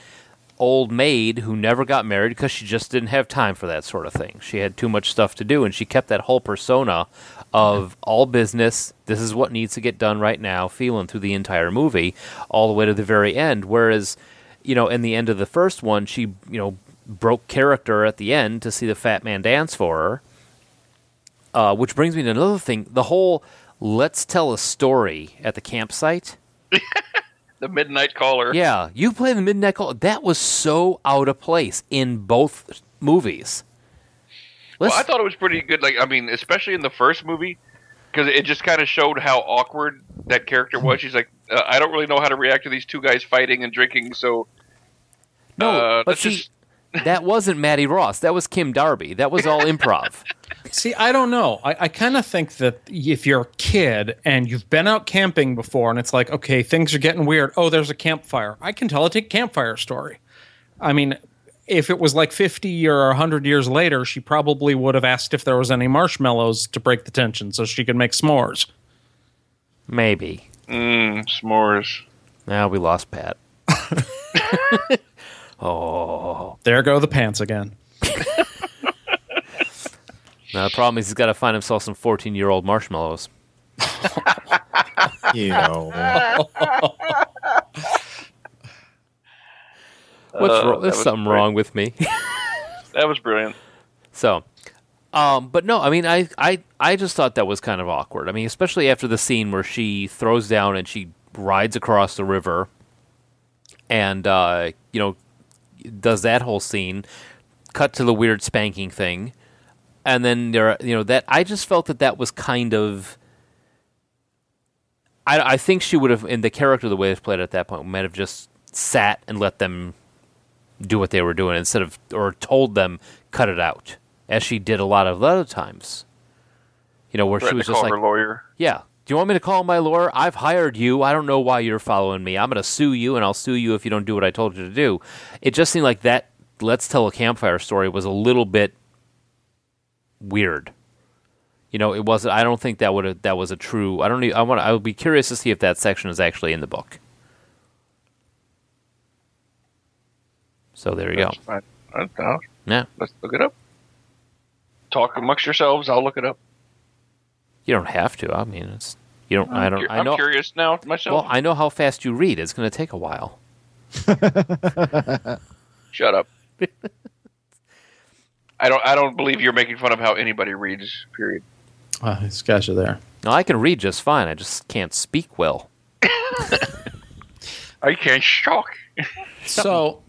old maid who never got married because she just didn't have time for that sort of thing. She had too much stuff to do, and she kept that whole persona of all business. This is what needs to get done right now, feeling through the entire movie, all the way to the very end. Whereas, you know, in the end of the first one, she, you know, broke character at the end to see the fat man dance for her. Uh, which brings me to another thing the whole let's tell a story at the campsite. The Midnight Caller. Yeah, you play the Midnight Call. That was so out of place in both movies. Well, Let's- I thought it was pretty good. Like, I mean, especially in the first movie, because it just kind of showed how awkward that character was. She's like, uh, I don't really know how to react to these two guys fighting and drinking, so no, uh, but let's she, just- that wasn't Maddie Ross. That was Kim Darby. That was all improv. See, I don't know. I, I kind of think that if you're a kid and you've been out camping before and it's like, okay, things are getting weird. Oh, there's a campfire. I can tell a t- campfire story. I mean, if it was like 50 or 100 years later, she probably would have asked if there was any marshmallows to break the tension so she could make s'mores. Maybe. mm, s'mores. Now we lost Pat. There go the pants again. Now the problem is he's got to find himself some fourteen-year-old marshmallows. You know, What's Uh, wrong? that There's was something great. wrong with me. That was brilliant. So, um, but no, I mean, I, I, I just thought that was kind of awkward. I mean, especially after the scene where she throws down and she rides across the river, and uh, you know, does that whole scene. Cut to the weird spanking thing, and then there, you know, that I just felt that that was kind of. I, I think she would have, in the character, the way it's played at that point, might have just sat and let them do what they were doing instead of or told them cut it out as she did a lot of the other times you know where she Threatened was to just call like her lawyer. yeah do you want me to call my lawyer i've hired you i don't know why you're following me i'm going to sue you and i'll sue you if you don't do what i told you to do it just seemed like that let's tell a campfire story was a little bit weird you know it wasn't i don't think that would have that was a true i don't e- i want i would be curious to see if that section is actually in the book so there you go That's fine. I don't know. yeah Let's look it up. talk amongst yourselves. I'll look it up. You don't have to. I mean, it's you don't. I don't. Cur- I I'm know. curious now Well, myself. I know how fast you read. It's going to take a while. Shut up. I don't. I don't believe you're making fun of how anybody reads. Period. Wow, Ah, these guys are there. Now I can read just fine. I just can't speak well. I can't talk. So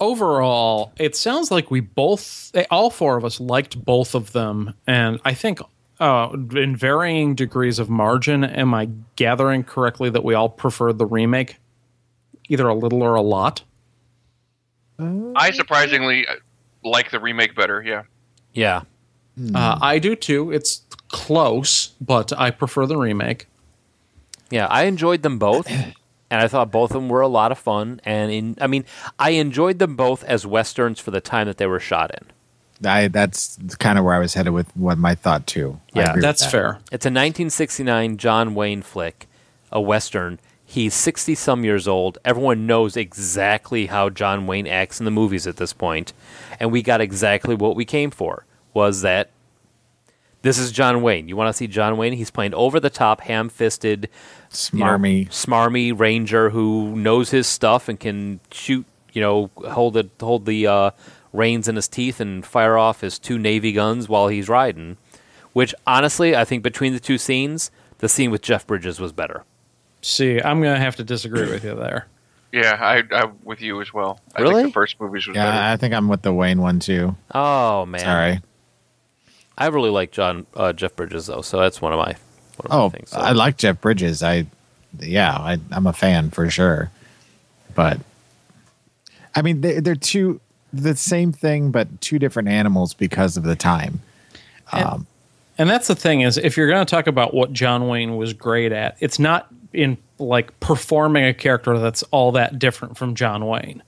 overall, it sounds like we both, eh, all four of us, liked both of them, and I think uh, in varying degrees of margin. Am I gathering correctly that we all preferred the remake, either a little or a lot? I Mm-hmm. surprisingly uh, like the remake better. Yeah. Yeah. Hmm. Uh, I do too. It's close, but I prefer the remake. Yeah, I enjoyed them both, and I thought both of them were a lot of fun. And in, I mean, I enjoyed them both as westerns for the time that they were shot in. I that's kind of where I was headed with what my thought too. I Yeah, agree with That's that. fair. It's a 1969 John Wayne flick, a western. He's 60 some years old. Everyone knows exactly how John Wayne acts in the movies at this point, and we got exactly what we came for. Was that this is John Wayne? You want to see John Wayne? He's playing over the top, ham fisted, you know, Smarmy. smarmy ranger who knows his stuff and can shoot, you know, hold the hold the uh, reins in his teeth and fire off his two navy guns while he's riding. Which honestly, I think between the two scenes, the scene with Jeff Bridges was better. See, I'm going to have to disagree with you there. Yeah. I. I'm with you as well. I Really? think the first movies was Yeah, better. I think I'm with the Wayne one too. Oh man, Sorry. I really like John uh, Jeff Bridges though, so that's one of my one of my Oh, things. so. I like Jeff Bridges. I, yeah, I, I'm a fan for sure. But I mean, they, they're two the same thing, but two different animals because of the time. Um, And that's the thing is, if you're going to talk about what John Wayne was great at, it's not in like performing a character that's all that different from John Wayne.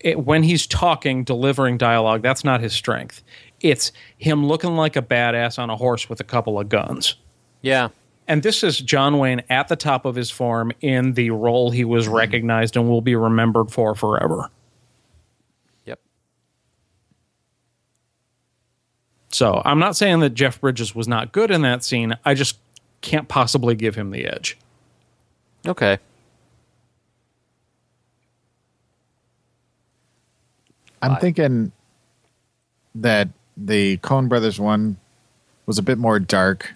It, when he's talking, delivering dialogue, that's not his strength. It's him looking like a badass on a horse with a couple of guns. yeah, And this is John Wayne at the top of his form in the role he was recognized and will be remembered for forever. yep. So I'm not saying that Jeff Bridges was not good in that scene. I just can't possibly give him the edge. Okay. I'm thinking that the Coen Brothers one was a bit more dark,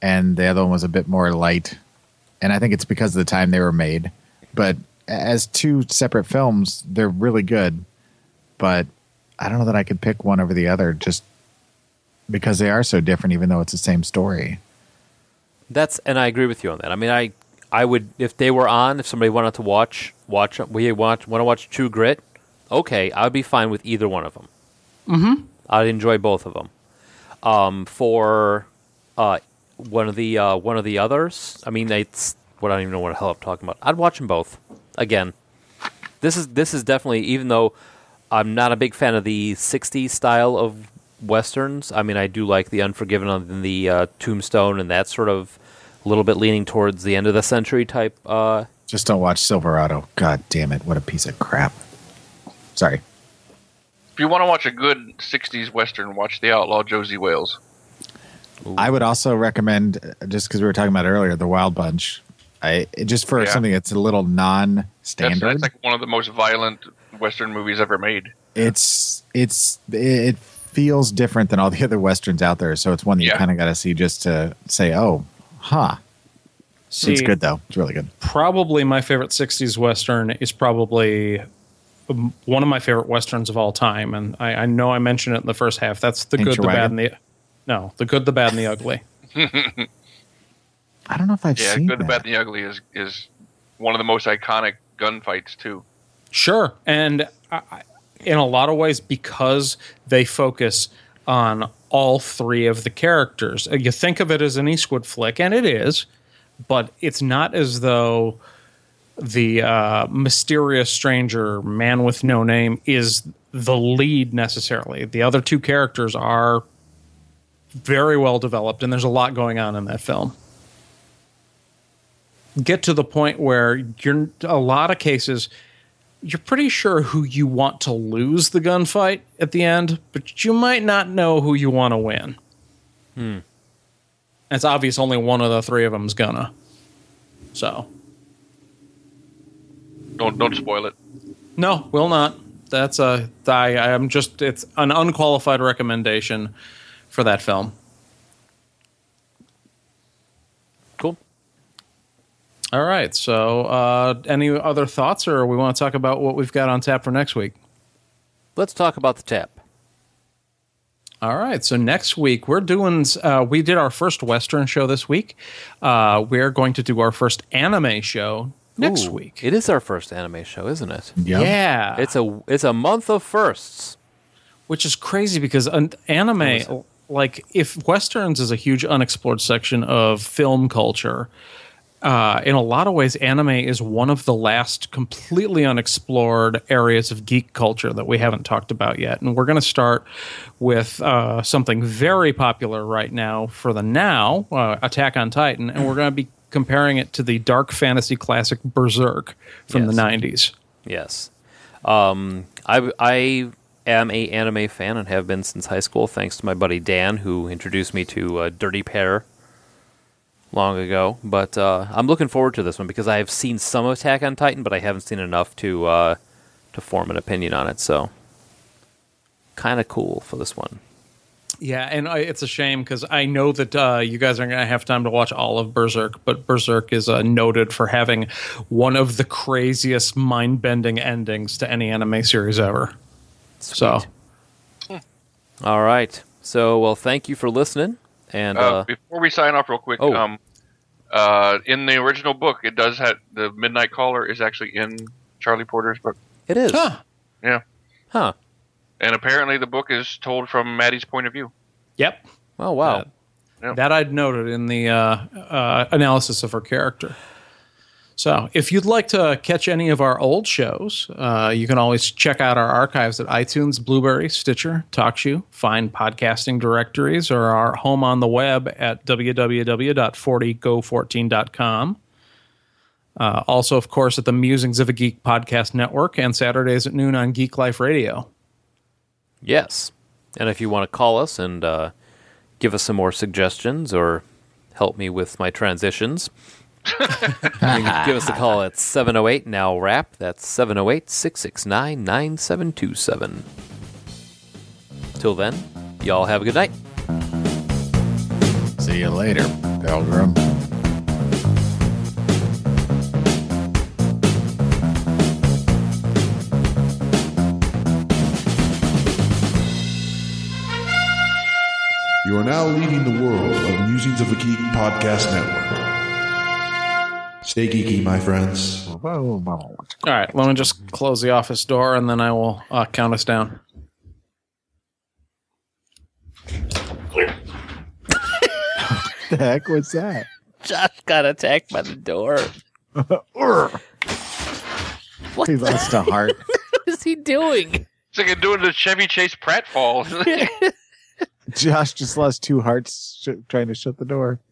and the other one was a bit more light. And I think it's because of the time they were made. But as two separate films, they're really good. But I don't know that I could pick one over the other just because they are so different, even though it's the same story. That's and I agree with you on that. I mean, I I would if they were on, if somebody wanted to watch watch we watch want to watch True Grit, okay, I'd be fine with either one of them. Mm-hmm. I'd enjoy both of them. Um, for uh, one of the uh, one of the others, I mean, it's what I don't even know what the hell I'm talking about. I'd watch them both again. This is this is definitely even though I'm not a big fan of the '60s style of westerns. I mean, I do like the Unforgiven and the uh, Tombstone and that sort of a little bit leaning towards the end of the century type. Uh, Just don't watch Silverado. God damn it. What a piece of crap. Sorry. If you want to watch a good '60s western, watch The Outlaw Josie Wales. I would also recommend uh, just because we were talking about it earlier the Wild Bunch. I it- just for Yeah. something that's a little That's, non-standard. that's like one of the most violent western movies ever made. it's it's it feels different than all the other westerns out there. So it's one that you Yeah. kind of got to see just to say, oh, huh. See, it's good though. It's really good. probably my favorite 60s western is probably um, one of my favorite westerns of all time and i, I know i mentioned it in the first half that's the Ain't good Your the bad Wagon? and the no the good the bad and the ugly I don't know if I've Yeah, seen Good, the that. Bad, and the Ugly is is one of the most iconic gunfights too. sure and I, I- in a lot of ways because they focus on all three of the characters Uh, you think of it as an eastwood flick and it is but it's not as though the uh, mysterious stranger, man with no name, is the lead necessarily. The other two characters are very well developed, and there's a lot going on in that film. Get to the point where you're a lot of cases you're pretty sure who you want to lose the gunfight at the end, but you might not know who you want to win. Hmm. It's obvious only one of the three of them's gonna. So Don't don't spoil it. no, will not. That's a I I am just it's an unqualified recommendation for that film. Cool. All right. So, uh, any other thoughts, or we want to talk about what we've got on tap for next week? Let's talk about the tap. All right. So next week we're doing. Uh, we did our first Western show this week. Uh, we're going to do our first anime show next Ooh, week. It is our first anime show, isn't it? Yeah, It's a it's a month of firsts. which is crazy because an anime, like if westerns is a huge unexplored section of film culture, uh, in a lot of ways, anime is one of the last completely unexplored areas of geek culture that we haven't talked about yet. And we're going to start with uh, something very popular right now for the now uh, Attack on Titan, and we're going to be comparing it to the dark fantasy classic Berserk from Yes. the 90s. Yes. Um, I I am a anime fan and have been since high school, thanks to my buddy Dan, who introduced me to uh, Dirty Pair long ago. But uh, I'm looking forward to this one because I have seen some of Attack on Titan, but I haven't seen enough to uh, to form an opinion on it. So, kind of cool for this one. Yeah, and I, it's a shame because I know that uh, you guys aren't going to have time to watch all of Berserk, but Berserk is uh, noted for having one of the craziest, mind bending endings to any anime series ever. So, All right. So, well, thank you for listening. And Uh, uh, before we sign off, real quick. Oh. Um, uh, in the original book, it does have the Midnight Caller is actually in Charlie Porter's book, it is. huh. Yeah. Huh. and apparently the book is told from Maddie's point of view. yep, Oh, wow. Uh, that I'd noted in the uh, uh, analysis of her character. So, if you'd like to catch any of our old shows, uh, you can always check out our archives at iTunes, Blueberry, Stitcher, TalkShoe, find podcasting directories, or our home on the web at www.40go14.com. Uh, also, of course, at the Musings of a Geek podcast network and Saturdays at noon on Geek Life Radio. Yes. And if you want to call us and uh, give us some more suggestions or help me with my transitions, you can give us a call at 708 Now Rap. That's 708 669 9727. Till then, y'all have a good night. See you later, Pilgrim. You are now leading the world of Musings of a Geek podcast network. Stay geeky, my friends. All right, let me just close the office door and then I will uh, count us down. The heck was that? Josh got attacked by the door. What He lost a heart. What is he doing? It's like doing the Chevy Chase pratfall. Josh just lost two hearts sh- trying to shut the door.